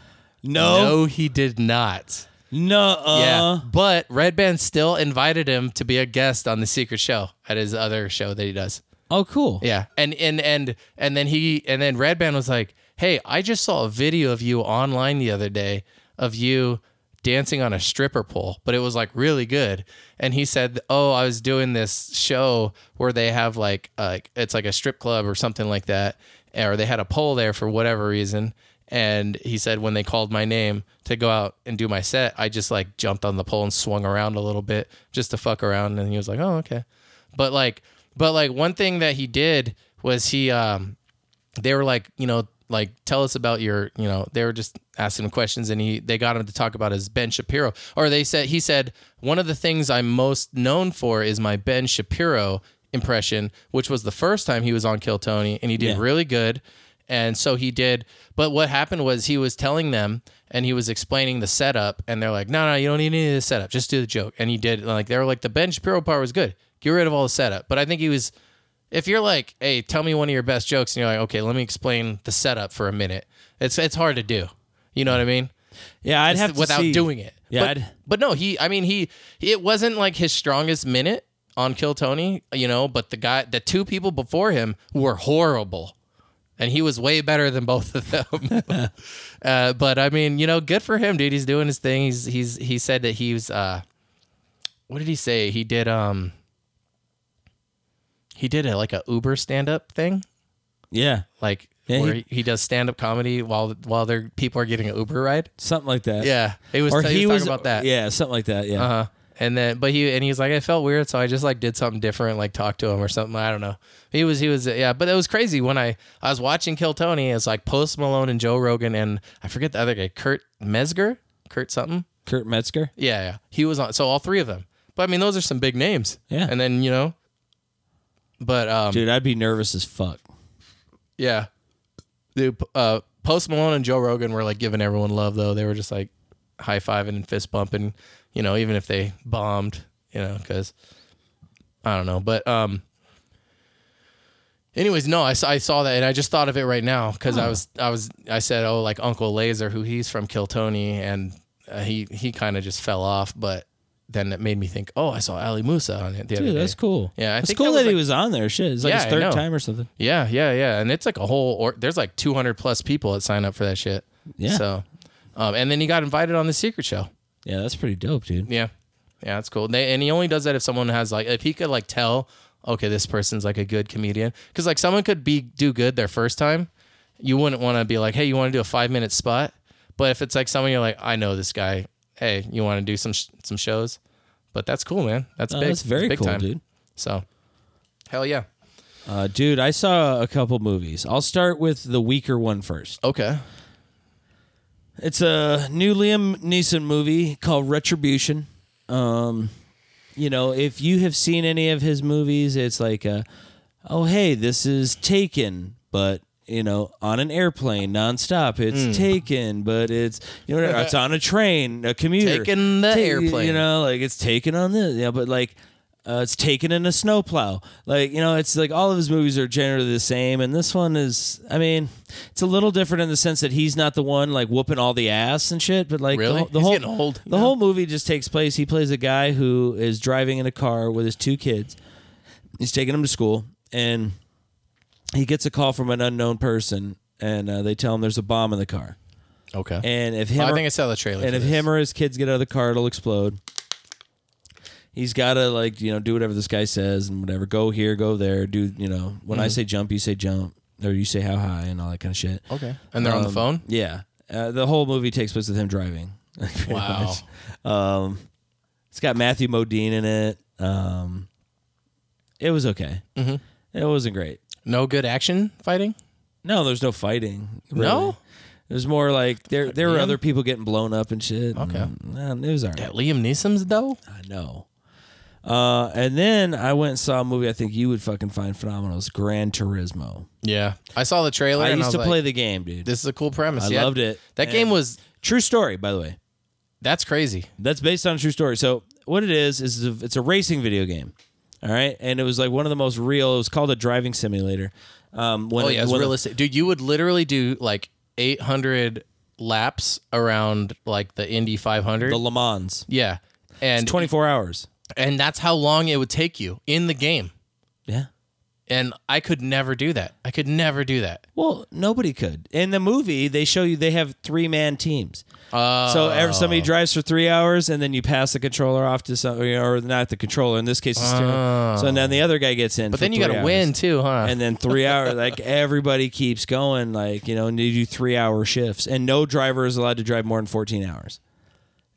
No. No, he did not. No. Uh, yeah. But Red Band still invited him to be a guest on the secret show at his other show that he does. Oh, cool. Yeah, and and and and then he and then Red Band was like, "Hey, I just saw a video of you online the other day of you dancing on a stripper pole, but it was like really good." And he said, "Oh, I was doing this show where they have like uh, like it's like a strip club or something like that, or they had a pole there for whatever reason." And he said, when they called my name to go out and do my set, I just like jumped on the pole and swung around a little bit just to fuck around. And he was like, "Oh, okay," but like. But like one thing that he did was he um they were like, you know, like tell us about your, you know, they were just asking him questions and he they got him to talk about his Ben Shapiro. Or they said he said one of the things I'm most known for is my Ben Shapiro impression, which was the first time he was on Kill Tony and he did Yeah. really good. And so he did. But what happened was he was telling them and he was explaining the setup. And they're like, no, no, you don't need any of the setup. Just do the joke. And he did. Like, they were like, the Ben Shapiro part was good. Get rid of all the setup. But I think he was, if you're like, hey, tell me one of your best jokes. And you're like, okay, let me explain the setup for a minute. It's, it's hard to do. You know what I mean? Yeah, I'd It's have to without see. doing it. Yeah, But- I'd- but no, he. I mean, he. It wasn't like his strongest minute on Kill Tony, you know. But the guy, the two people before him were horrible, and he was way better than both of them. uh, but I mean, you know, good for him, dude. He's doing his thing. He's he's he said that he was. Uh, what did he say? He did um. He did a, like a Uber stand up thing, Yeah. like Yeah, where he- he, he does stand up comedy while while their people are getting an Uber ride. Something like that. Yeah, it was. Or he, he was, was- talking about that. Yeah, something like that. Yeah. Uh huh. And then, but he and he was like, I felt weird, so I just like did something different, like talked to him or something. I don't know. He was, he was, yeah. But it was crazy when I I was watching Kill Tony. It's like Post Malone and Joe Rogan, and I forget the other guy, Kurt Mesger, Kurt something. Kurt Metzger. Yeah, yeah. He was on. So all three of them. But I mean, those are some big names. Yeah. And then you know, but um, Dude, I'd be nervous as fuck. yeah. The uh, Post Malone and Joe Rogan were like giving everyone love though. They were just like high fiving and fist bumping, you know, even if they bombed, you know, because I don't know. But um, anyways, no, I saw, I saw that and I just thought of it right now because I was I was I said oh like Uncle Laser who he's from Kill Tony and uh, he he kind of just fell off, but then it made me think oh I saw Ali Musa on it the other Dude, day. that's cool. Yeah, I it's think cool that that, was he like- was on there. Shit, it's like Yeah, his I third know. time or something. Yeah, yeah, yeah. And it's like a whole or there's like 200 plus people that sign up for that shit. Yeah. So, um, and then he got invited on the secret show. Yeah, that's pretty dope, dude. Yeah. Yeah, that's cool. They, and he only does that if someone has like if he could like tell, okay, this person's like a good comedian because like someone could be do good their first time, you wouldn't want to be like, hey, you want to do a five minute spot, but if it's like someone you're like, I know this guy, hey, you want to do some sh- some shows, but that's cool, man. That's No, big. Oh, that's very big cool, time. dude. So, hell yeah. Uh, dude, I saw a couple movies. I'll start with the weaker one first. Okay. It's a new Liam Neeson movie called Retribution. Um, you know, if you have seen any of his movies, it's like, uh oh, hey, this is Taken, but, you know, on an airplane nonstop. It's Mm. Taken, but it's, you know, it's on a train, a commuter. Taken the Ta- airplane. You know, like it's Taken on this. Yeah, but like, uh, it's Taken in a snowplow. Like, you know, it's like all of his movies are generally the same. And this one is, I mean, it's a little different in the sense that he's not the one like whooping all the ass and shit, but like, Really? the, the He's whole, getting old, the whole movie just takes place. He plays a guy who is driving in a car with his two kids. He's taking them to school, and he gets a call from an unknown person, and uh, they tell him there's a bomb in the car. Okay. And if Oh, him, I or- think I saw the trailer And for if this. him or his kids get out of the car, it'll explode. He's got to like you know do whatever this guy says and whatever. Go here, go there. Do you know when I Mhm. say jump, you say jump, or you say how high and all that kind of shit. Okay. And they're on the Um, phone? Yeah. Uh, the whole movie takes place with him driving. pretty Wow. much. Um, it's got Matthew Modine in it. Um, it was okay. Mm-hmm. It wasn't great. No good action fighting. No, there's no fighting. No? There's more like there there were Liam? other people getting blown up and shit. Okay. And, man, it was all right. That Liam Neeson's though. I know. Uh, and then I went and saw a movie I think you would fucking find phenomenal. It's Gran Turismo. Yeah, I saw the trailer. I and used was to like, play the game, dude. This is a cool premise. I Yeah. loved it. That game And- was True story, by the way. that's crazy. That's based on a true story. So what it is is a- it's a racing video game. All right, and it was like one of the most real. It was called a driving simulator. Um, when oh yeah, it was when the- realistic, dude. You would literally do like 800 laps around like the Indy 500. the Le Mans. yeah, and It's 24 hours. and that's how long it would take you in the game. Yeah. and I could never do that. I could never do that. Well, nobody could. In the movie, they show you they have three man teams. Oh. So ev- somebody drives for three hours, and then you pass the controller off to somebody, or not the controller. In this case, it's steering. Oh. So then the other guy gets in. But for then you three gotta hours. win too, huh? And then three hours, like everybody keeps going, like you know, and you do three hour shifts, and no driver is allowed to drive more than fourteen hours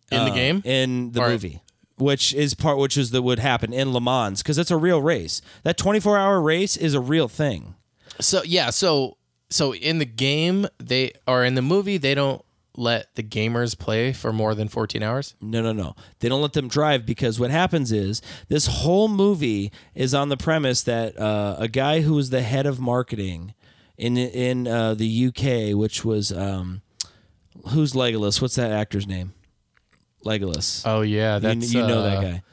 In the Uh, game? in the Or- movie. Which is part, which is that would happen in Le Mans because it's a real race. That twenty-four hour race is a real thing. So yeah, so so in the game they or in the movie they don't let the gamers play for more than 14 hours. No, no, no. They don't let them drive because what happens is this whole movie is on the premise that uh, a guy who was the head of marketing in in uh, the UK, which was um, who's Legolas? What's that actor's name? Legolas. Oh yeah, You- that's you know that uh, guy.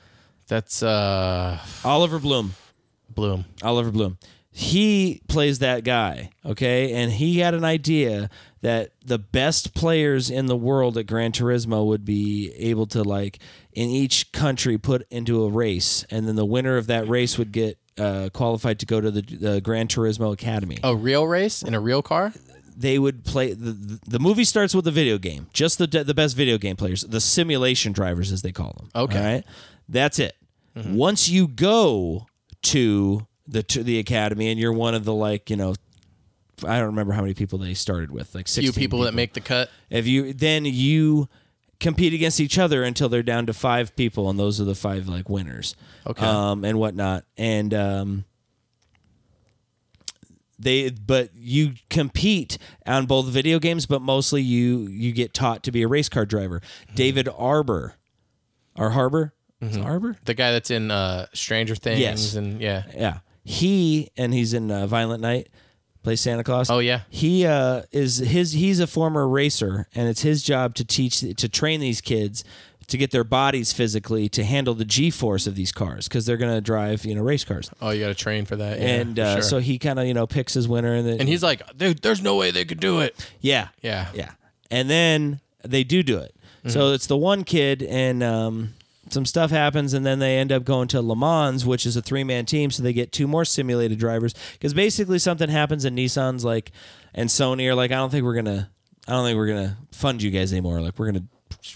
That's uh Oliver Bloom. Bloom. Oliver Bloom. He plays that guy, okay? And he had an idea that the best players in the world at Gran Turismo would be able to like in each country put into a race and then the winner of that race would get uh, qualified to go to the, the Gran Turismo Academy. A real race in a real car? They would play the the movie starts with a video game, just the the best video game players, the simulation drivers as they call them. Okay. Mm-hmm. All right? That's it. Once you go to the to the academy and you're one of the like, you know, I don't remember how many people they started with, like 16 Few people, that make the cut. If you then you compete against each other until they're down to 5 people and those are the 5 like winners. Okay. Um and whatnot. And um they but you compete on both video games but mostly you you get taught to be a race car driver david arbor or harbor Is it arbor The guy that's in uh Stranger Things Yes. and yeah. yeah he and he's in uh, violent night plays santa claus Oh, yeah. he uh is his he's a former racer and it's his job to teach to train these kids to get their bodies physically to handle the g-force of these cars because they're going to drive you know race cars Oh, you got to train for that. yeah, and uh, sure. so he kind of you know picks his winner and, then and he's like, dude, there's no way they could do it. yeah Yeah. Mm-hmm. Yeah. And then they do do it. So it's the one kid, and um, some stuff happens, and then they end up going to Le Mans, which is a three man team. So they get two more simulated drivers. Because basically, something happens, and Nissan's like, and Sony are like, I don't think we're going to. I don't think we're gonna fund you guys anymore. Like we're gonna,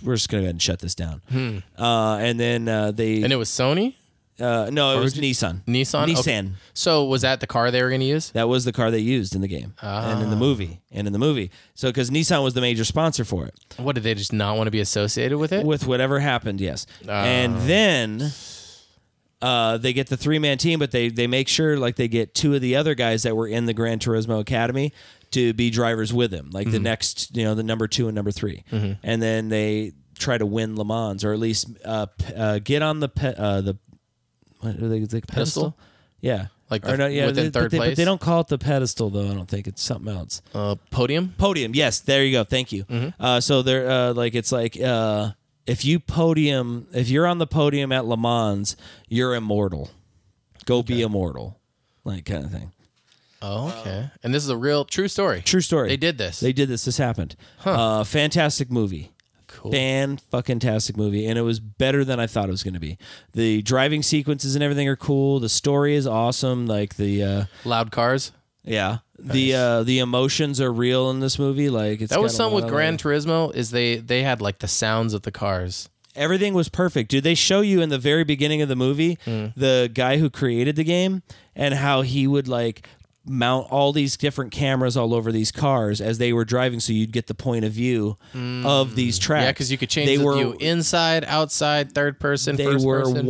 we're just gonna go ahead and shut this down. Hmm. Uh, and then uh, they And it was Sony? uh, no, it Or was, was Nissan. Nissan? Okay. Nissan. So was that the car they were going to use? That was the car they used in the game and in Ah. the movie and in the movie. So because Nissan was the major sponsor for it. What did they just not want to be associated with it? With whatever happened, yes. and then uh, they get the three man team, but they they make sure like they get two of the other guys that were in the Gran Turismo Academy to be drivers with him, like the Mhm. next you know the number two and number 3 Mhm. and then they try to win Le Mans or at least uh, p- uh, get on the pe- uh, the what are they the pedestal? Pedestal? Yeah. Like Or the- within they- but third they- But place? they don't call it the pedestal, though. I don't think it's something else. Uh, podium. Podium. Yes, there you go. Thank you. Mm-hmm. Uh, so they're uh, like it's like uh, if you podium, if you're on the podium at Le Mans, you're immortal. Go be immortal, like kind of thing. Oh, okay. And this is a real, true story. True story. They did this. They did this. This happened. Uh, fantastic movie. Cool. Fan fucking tastic movie, and it was better than I thought it was going to be. The driving sequences and everything are cool. The story is awesome. Like the uh, Loud cars. yeah, the uh, the emotions are real in this movie. Like it's that was got a something lot with of, Gran like- Turismo. Is they they had like the sounds of the cars. everything was perfect. Dude, they show you in the very beginning of the movie Hmm. the guy who created the game and how he would like mount all these different cameras all over these cars as they were driving so you'd get the point of view of these tracks. Hmm. Yeah, because you could change they the were view inside, outside, third person, they first were person.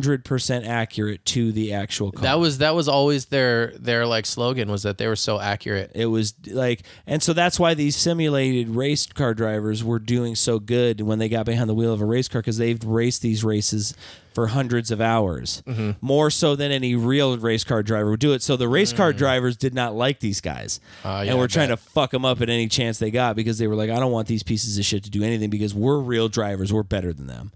100% accurate to the actual car. that was that was always their their like slogan was that they were so accurate. It was like, and so that's why these simulated race car drivers were doing so good when they got behind the wheel of a race car because they've raced these races for hundreds of hours, Mm-hmm. more so than any real race car driver would do it. So the race car drivers did not like these guys, Mm. Ah, yeah, and I were trying to fuck them up at any chance they got because they were like, I don't want these pieces of shit to do anything because we're real drivers, we're better than them.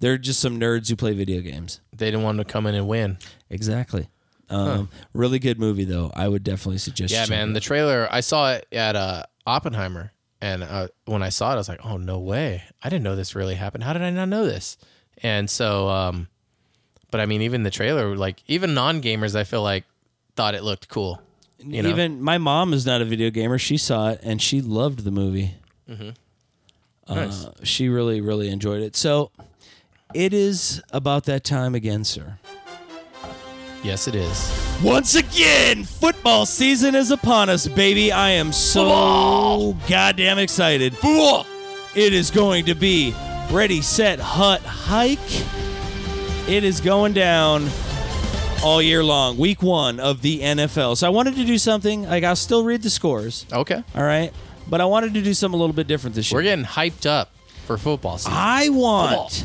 They're just some nerds who play video games. They didn't want to come in and win. Exactly. Um, Really good movie though. I would definitely suggest. yeah, you check it man. The trailer I saw it at uh, Oppenheimer, and uh, when I saw it, I was like, "Oh no way! I didn't know this really happened. How did I not know this?" And so, um, but I mean, even the trailer, like even non gamers, I feel like thought it looked cool. You know? Even my mom is not a video gamer. She saw it and she loved the movie. Mhm. Uh, Nice. She really, really enjoyed it. So it is about that time again, sir. Yes, it is. Once again, football season is upon us, baby. I am so goddamn excited. Fool! It is going to be ready, set, hut, hike. It is going down all year long, week one of the NFL. So I wanted to do something. Like, I'll still read the scores. Okay. All right. But I wanted to do something a little bit different this year. We're getting hyped up for football season. I want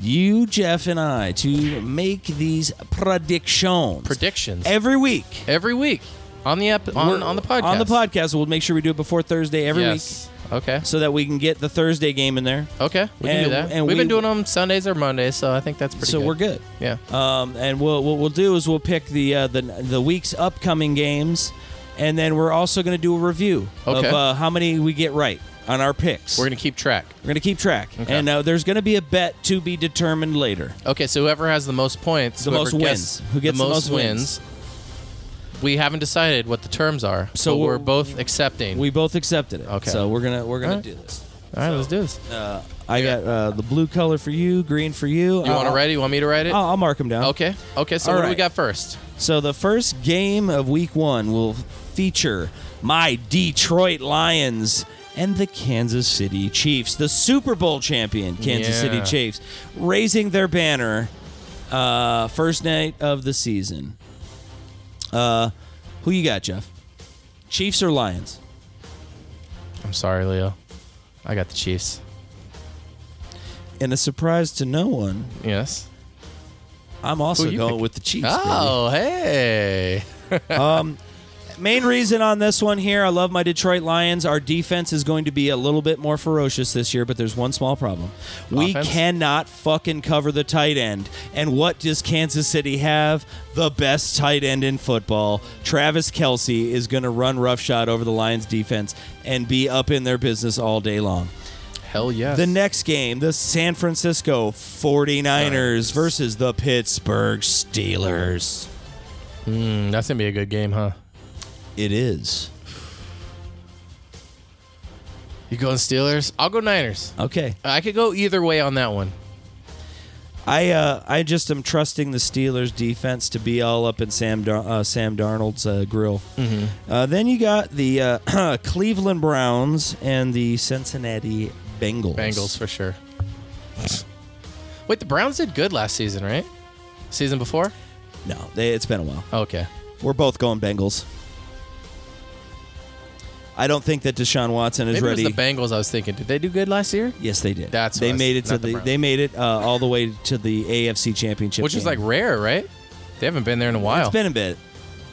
you, Jeff, and I to make these predictions. Predictions. Every week. Every week. On the app on, We're- on the podcast. On the podcast. We'll make sure we do it before Thursday every Yes. Oh, week. Okay. So that we can get the Thursday game in there. Okay. We can And- do that. and We've we- been doing them Sundays or Mondays, so I think that's pretty so good. we're good. Yeah. Um, and we'll, what we'll do is we'll pick the uh, the the week's upcoming games, and then we're also going to do a review Okay. of uh, how many we get right on our picks. We're gonna keep track. We're going to keep track, and uh, there's going to be a bet to be determined later. Okay, so whoever has the most points, The whoever most guesses- wins. Who gets the most wins. We haven't decided what the terms are, so So we're we're- both accepting. We both accepted it. Okay. So we're gonna we're gonna All right. do this. All right, let's do this. Uh, I got uh, the blue color for you, green for you. You want to I'll- write it? You want me to write it? I'll, I'll mark them down. Okay. Okay. So All what do we right. got first? So the first game of Week One will feature my Detroit Lions and the Kansas City Chiefs, the Super Bowl champion Kansas City Yeah. Chiefs, raising their banner uh, first night of the season. Uh, who you got, Jeff? Chiefs or Lions? I'm sorry, Leo. I got the Chiefs. And a surprise to no one, Yes. I'm Who also you going pick? with the Chiefs. Oh, hey. baby. um, main reason on this one here, I love my Detroit Lions. Our defense is going to be a little bit more ferocious this year, but there's one small problem: we Offense? cannot fucking cover the tight end. And what does Kansas City have? The best tight end in football, Travis Kelsey, is going to run roughshod over the Lions defense and be up in their business all day long. Hell yes. The next game, the San Francisco 49ers versus the Pittsburgh Steelers. Hmm, that's gonna be a good game, huh? It is. You going Steelers? I'll go Niners. Okay. I could go either way on that one. I uh, I just am trusting the Steelers defense to be all up in Sam Dar- uh, Sam Darnold's uh, grill. Mhm. Uh, then you got the uh, Cleveland Browns and the Cincinnati Bengals. Bengals for sure. Wait, the Browns did good last season, right? Season before? No, they, it's been a while. Okay. We're both going Bengals. I don't think that Deshaun Watson is Maybe ready. it was the Bengals. I was thinking, did they do good last year? Yes, they did. That's what I they was- made it to not the the, Browns. they made it uh, all the way to the AFC Championship, Which is game. like rare, right? They haven't been there in a while. it's been a bit.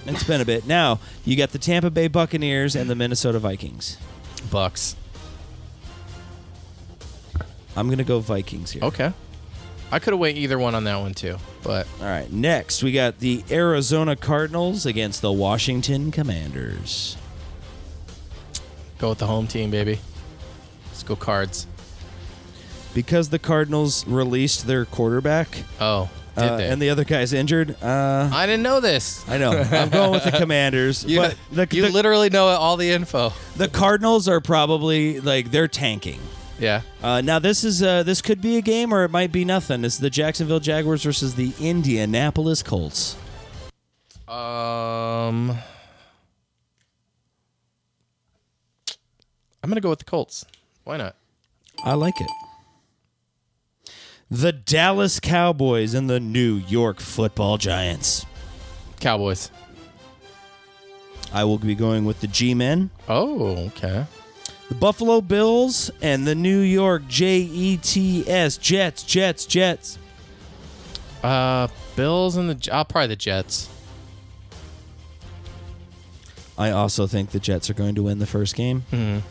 It's been a bit. Now you got the Tampa Bay Buccaneers and the Minnesota Vikings. Bucks. I'm gonna go Vikings here. Okay. I could have went either one on that one too, but All right. Next we got the Arizona Cardinals against the Washington Commanders. go with the home team, baby. Let's go Cards. Because the Cardinals released their quarterback Oh, did uh, they? and the other guy's injured, uh, I didn't know this. I know. I'm going with the Commanders, You, but the, you the, literally know all the info. the Cardinals are probably like they're tanking. Yeah. Uh, now this is uh, this could be a game or it might be nothing. It's the Jacksonville Jaguars versus the Indianapolis Colts. Um, I'm gonna go with the Colts. Why not? I like it. The Dallas Cowboys and the New York Football Giants. Cowboys. I will be going with the G-men, Oh, okay. the Buffalo Bills, and the New York J-E-T-S Jets, Jets, Jets. Uh, Bills and the I'll probably the Jets. I also think the Jets are going to win the first game. Mhm.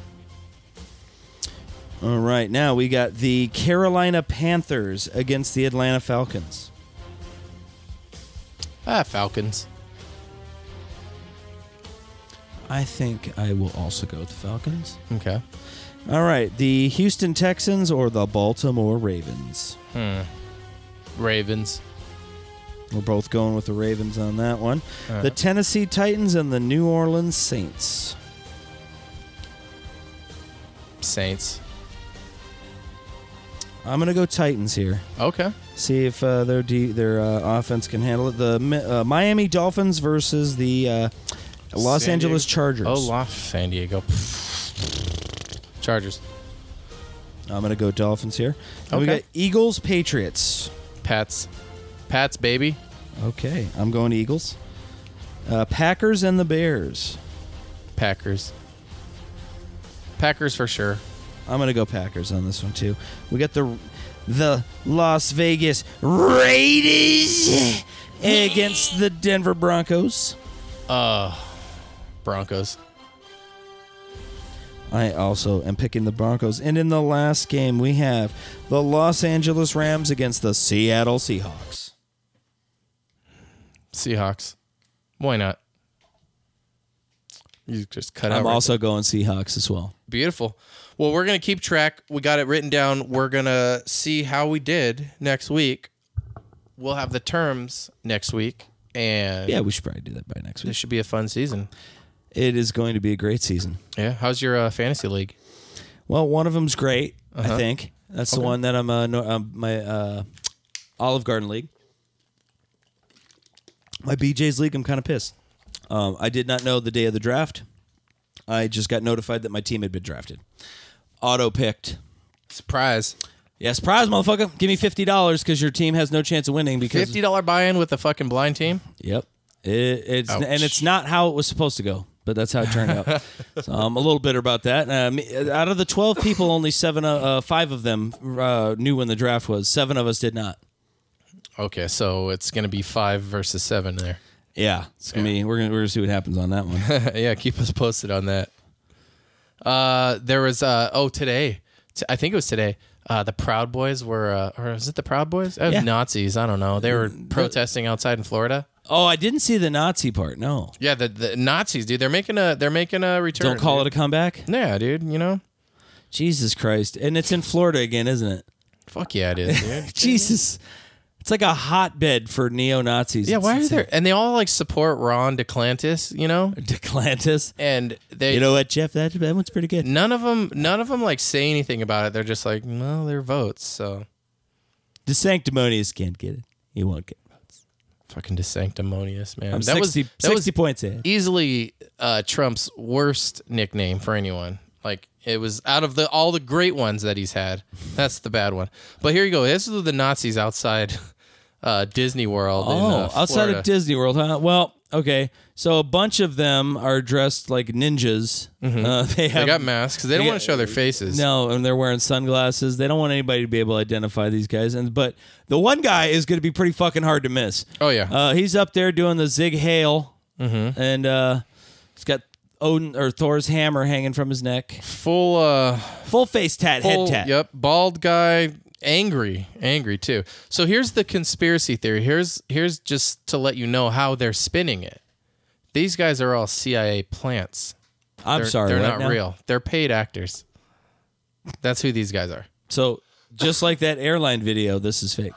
All right, now we got the Carolina Panthers against the Atlanta Falcons. Ah, Falcons. I think I will also go with the Falcons. Okay. All right, the Houston Texans or the Baltimore Ravens. Hmm. Ravens. We're both going with the Ravens on that one. All right. The Tennessee Titans and the New Orleans Saints. Saints. I'm gonna go Titans here. Okay. See if uh, their de- their uh, offense can handle it. The Mi- uh, Miami Dolphins versus the uh, Los San Angeles Diego. Chargers. Oh, Los San Diego. Chargers. I'm gonna go Dolphins here. And we Okay. got Eagles Patriots. Pats. Pats baby. Okay, I'm going Eagles. Uh, Packers and the Bears. Packers. Packers for sure. I'm gonna go Packers on this one too. We got the the Las Vegas Raiders against the Denver Broncos. Uh Broncos. I also am picking the Broncos. And in the last game, we have the Los Angeles Rams against the Seattle Seahawks. Seahawks. Why not? You just cut out. I'm right also going Seahawks as well. Beautiful. Well, we're going to keep track. We got it written down. We're going to see how we did next week. We'll have the terms next week. And Yeah, we should probably do that by next this week. should be a fun season. It is going to be a great season. Yeah. How's your uh, fantasy league? Well, one of them's great, Uh-huh. I think. That's the Okay. one that I'm uh, no, um, my uh, Olive Garden League. My BJ's League, I'm kind of pissed. Um, I did not know the day of the draft. I just got notified that my team had been drafted. Auto picked. Surprise. Yeah, surprise, motherfucker. Give me $50 because your team has no chance of winning because. $50 buy in with a fucking blind team? Yep. It, it's Ouch. and it's not how it was supposed to go, but that's how it turned out. so I'm a little bitter about that. Um, out of the 12 people, only seven, uh, uh, five of them uh, knew when the draft was. Seven of us did not. Okay. So it's going to be five versus seven there. Yeah, it's gonna be. We're gonna we're gonna see what happens on that one. yeah, keep us posted on that. Uh, there was uh oh today, t- I think it was today. Uh, the Proud Boys were, uh, or is it the Proud Boys? It was Yeah. Nazis. I don't know. They were protesting outside in Florida. Oh, I didn't see the Nazi part. No, Yeah, the, the Nazis, dude. They're making a they're making a return. don't call it a comeback. Yeah, dude. You know, Jesus Christ, and it's in Florida again, isn't it? fuck yeah, it is. Dude. Jesus, it's like a hotbed for neo Nazis. yeah, why are there? And they all like support Ron DeClantis. You know, Declantis? and they You know what, Jeff? That that one's pretty good. none of them none of them like say anything about it. They're just like, no, they're votes. So The sanctimonious can't get it. He won't get. It. fucking desanctimonious, man. I'm that 60 was that was 60 points in. easily uh, Trump's worst nickname for anyone. Like it was out of the all the great ones that he's had, that's the bad one. But here you go. This is the Nazis outside uh, Disney World. in, Oh, uh, outside Florida. of Disney World, huh? Well, okay. So a bunch of them are dressed like ninjas. Uh, they, Mm-hmm. they have, got masks. They don't they want to got- show their faces. No, and they're wearing sunglasses. They don't want anybody to be able to identify these guys. And but the one guy is going to be pretty fucking hard to miss. Oh Mm-hmm. yeah. Uh, he's up there doing the zig hail, and uh, he's got Odin or Thor's hammer hanging from his neck. full uh Full face tat, full, head tat. Yep, bald guy, angry, angry too. So here's the conspiracy theory. Here's here's just to let you know how they're spinning it. These guys are all CIA plants. I'm They're- sorry, they're what not now? real. They're paid actors. That's who these guys are. So just like that airline video, this is fake.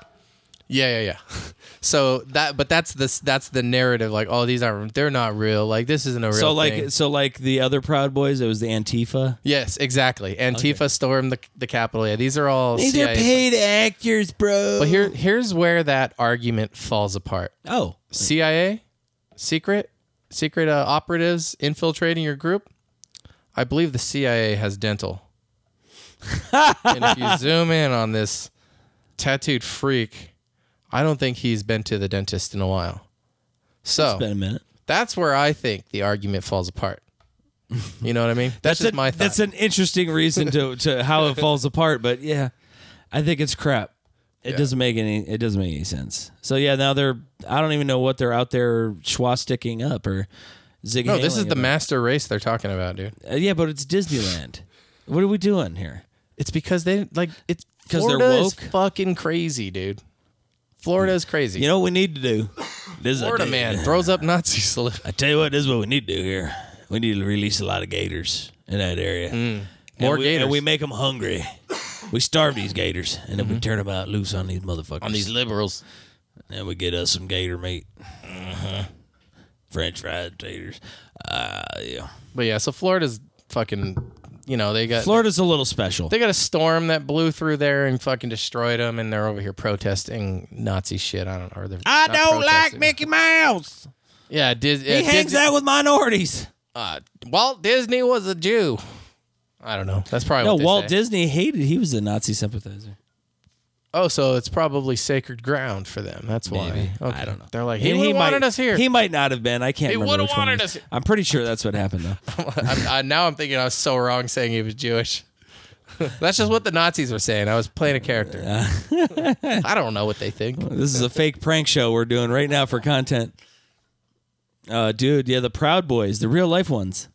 Yeah, yeah, yeah. So that, but that's this, that's the narrative. Like, oh, these aren't, they're not real. Like, this isn't a real. so like thing. so like the other Proud Boys, it was the Antifa. yes, exactly. Antifa stormed the the Capitol. Yeah, these are all. These are CIA paid actors, bro. But here, here's where that argument falls apart. oh, CIA, secret, secret uh, operatives infiltrating your group. I believe the CIA has dental. and if you zoom in on this tattooed freak, I don't think he's been to the dentist in a while. it's been a So minute. that's where I think the argument falls apart. You know what I mean? That's, just a- my thought. That's an interesting reason to, to how it falls apart, but yeah, I think it's crap. It doesn't make any. It doesn't make any sense. So yeah, now they're. I don't even know what they're out there schwasticking up or zig. no, this is the master race they're talking about, dude. yeah, but it's Disneyland. what are we doing here? It's because they like it's 'Cause they're Florida is woke? fucking crazy, dude. Florida is crazy. You know what we need to do? This is I tell Florida you- man throws up Nazi salute. I tell you what, this is what we need to do here. We need to release a lot of gators in that area. Mm. More and we, gators. Mm-hmm. and we make them hungry. We starve these gators, and then we turn them out loose on these motherfuckers. liberals. Then we get us some gator meat. Mm-hmm. French fried taters. Uh, yeah. But yeah, so Florida's fucking. You know they got Florida's a little special. They got a storm that blew through there and fucking destroyed them, and they're over here protesting Nazi shit. I don't know. Or they're I not don't like protesting. Mickey Mouse. Yeah, Dis- He hangs out with minorities. Uh, Walt Disney was a Jew. I don't know. That's probably No, what they Walt say. Disney hated. He was a Nazi sympathizer. Oh, so it's probably sacred ground for them. That's why. Okay. I don't know. They're like, he, And would've wanted might, us here. He might not have been. I can't. He remember would've which one it wanted was. us- I'm pretty sure that's what happened though. I'm, I, Uh, now I'm thinking I was so wrong saying he was Jewish. That's just what the Nazis were saying. I was playing a character. I don't know what they think. this is a fake prank show we're doing right now for content. Uh, dude, yeah, the Proud Boys, the real life ones.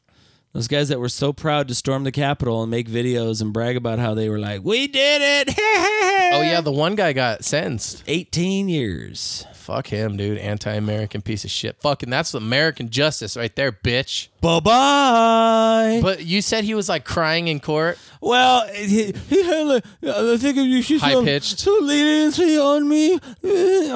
Those guys that were so proud to storm the Capitol and make videos and brag about how they were like, we did it. oh, yeah, the one guy got sentenced. 18 years. Fuck him, dude. Anti American piece of shit. Fucking, that's American justice right there, bitch. Bye bye. But you said he was like crying in court. Well, he, he had like, I think you should High pitched. some leniency on me. I'm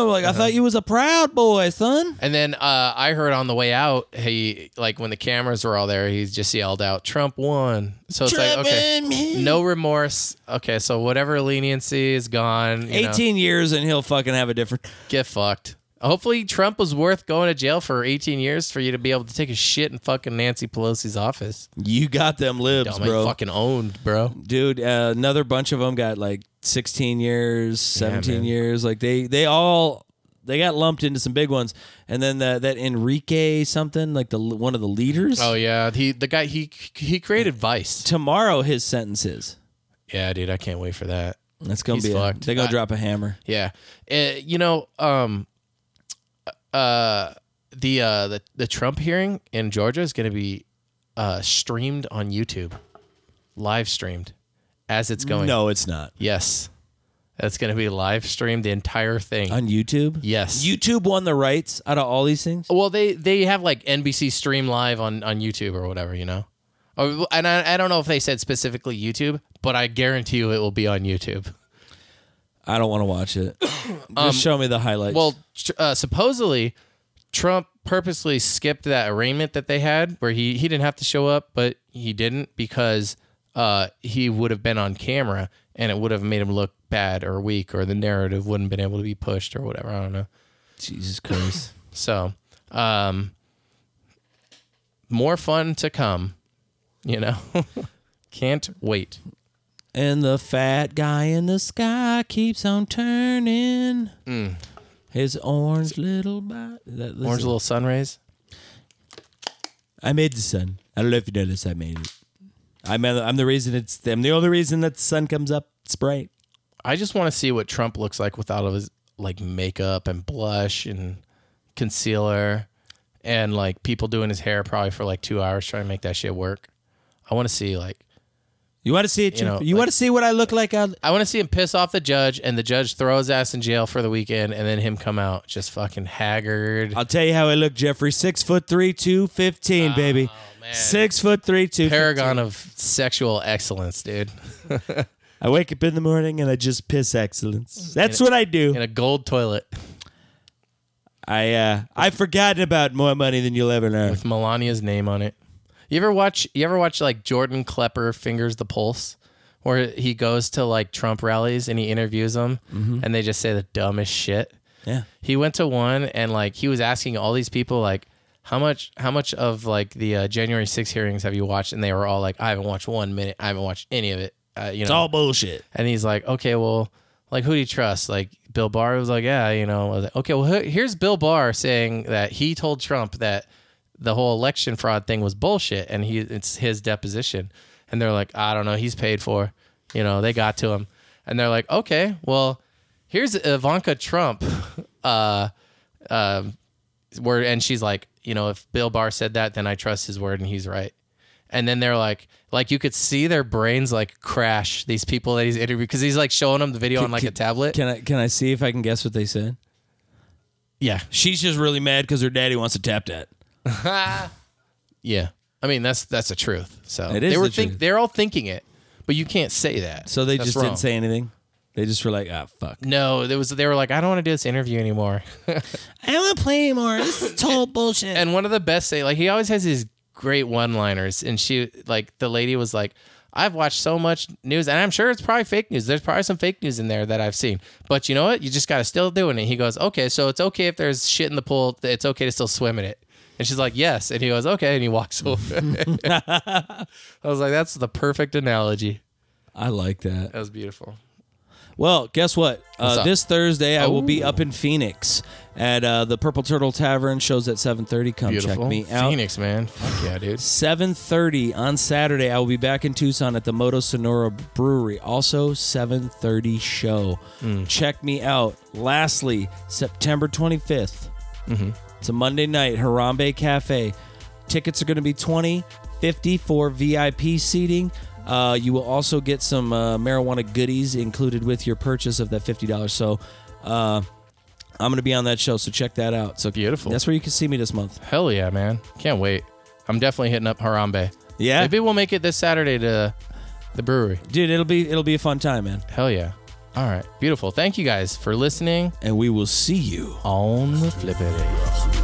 like, Uh-huh. I thought you was a proud boy, son. And then uh, I heard on the way out, he like when the cameras were all there, he just yelled out, "Trump won." So it's like, Trump and okay, me. no remorse. Okay, so whatever leniency is gone. you know. 18 years and he'll fucking have a different. get fucked. Hopefully, Trump was worth going to jail for 18 years for you to be able to take a shit in fucking Nancy Pelosi's office. You got them libs, Dumb, I bro. fucking owned, bro. Dude, uh, another bunch of them got like 16 years, 17 man. years. Like they, they all, they got lumped into some big ones. And then that that Enrique something, like the one of the leaders. Oh yeah, he the guy he he created Vice. Tomorrow his sentence is. Yeah, dude, I can't wait for that. That's gonna He's be. A, fucked. they're gonna I- drop a hammer. Yeah, Uh, you know, um, uh, the uh the the Trump hearing in Georgia is going to be uh streamed on YouTube, live streamed, as it's going. No, it's not Yes, that's going to be live streamed. The entire thing. on YouTube. yes. YouTube won the rights out of all these things. Well, they they have like NBC stream live on on YouTube or whatever, you know. Or, and I, I don't know if they said specifically YouTube, but I guarantee you it will be on YouTube. I don't want to watch it. Just show me the highlights. Um, Well, tr- uh, supposedly Trump purposely skipped that arraignment that they had where he he didn't have to show up, but he didn't because uh, he would have been on camera and it would have made him look bad or weak or the narrative wouldn't have been able to be pushed or whatever. I don't know. Jesus Christ. So, um, more fun to come, you know. Can't wait. and the fat guy in the sky keeps on turning his orange little body. Hmm. Orange little sun rays. I made the sun. I don't know if you noticed. I made it. I'm I'm the reason it's. I'm the only reason that the sun comes up. It's bright. I just want to see what Trump looks like without all his like makeup and blush and concealer and like people doing his hair probably for like two hours trying to make that shit work. I want to see like You want to see it? You You, know, want to see what I look like? Out- I want to see him piss off the judge and the judge throw his ass in jail for the weekend and then him come out just fucking haggard. I'll tell you how I look, Jeffrey. Six foot three, two Oh, fifteen, baby. Six foot three, two. Paragon of sexual excellence, dude. I wake up in the morning and I just piss excellence. That's what I do. In a gold toilet I uh, I've forgotten about more money than you'll ever earn. with Melania's name on it. You ever watch you ever watch like Jordan Klepper fingers the pulse where he goes to like Trump rallies and he interviews them and they just say the dumbest shit. Yeah. He went to one and like he was asking all these people like how much how much of like the uh, January 6 hearings have you watched and they were all like I haven't watched 1 minute. I haven't watched any of it. Uh, you It's know. all bullshit. And he's like, okay, well, like, who do you trust? Like, Bill Barr was like, yeah, you know, I was like, okay, well, he- here's Bill Barr saying that he told Trump that the whole election fraud thing was bullshit, and he it's his deposition. And they're like, I don't know, he's paid for, you know, they got to him, and they're like, okay, well, here's Ivanka Trump, uh, um, word, and she's like, you know, if Bill Barr said that, then I trust his word, and he's right. And then they're like, like you could see their brains like crash. These people that he's interviewing because he's like showing them the video on like a tablet. Can I can I see if I can guess what they said? yeah, She's just really mad because her daddy wants to tap that. yeah. I mean, that's that's the truth. So It is they were the think truth. they're all thinking it, but you can't say that. So they That's just wrong. didn't say anything. They just were like, ah, fuck. No, there was they were like, I don't want to do this interview anymore. I don't want to play anymore. This is total bullshit. and one of the best say like he always has these great one-liners and she like the lady was like I've watched so much news and I'm sure it's probably fake news. There's probably some fake news in there that I've seen. But you know what? You just got to still doing it. He goes, "Okay, so it's okay if there's shit in the pool. It's okay to still swim in it." And she's like, "Yes." And he goes, "Okay." And he walks away. I was like, "That's the perfect analogy." I like that. That was beautiful. Well, guess what? What's Uh, up? Oh. this Thursday, I will be Ooh. up in Phoenix at uh, the Purple Turtle Tavern. Shows at seven thirty. Come beautiful. check me out. Phoenix, man. Fuck yeah, dude. 7:30 on Saturday. I will be back in Tucson at the Moto Sonora Brewery. Also 7:30 show. Check me out. Lastly, September 25th. It's a Monday night, Harambe Cafe. Tickets are going to be 20, 50 for VIP seating. Uh, you will also get some uh, marijuana goodies included with your purchase of that $50. So, uh, I'm going to be on that show, so check that out. So Beautiful. That's where you can see me this month. Hell yeah, man. Can't wait. I'm definitely hitting up Harambe. Yeah? Maybe we'll make it this Saturday to the brewery. Dude, it'll be it'll be a fun time, man. Hell yeah. All right. Beautiful. Thank you guys for listening. And we will see you on the flippity.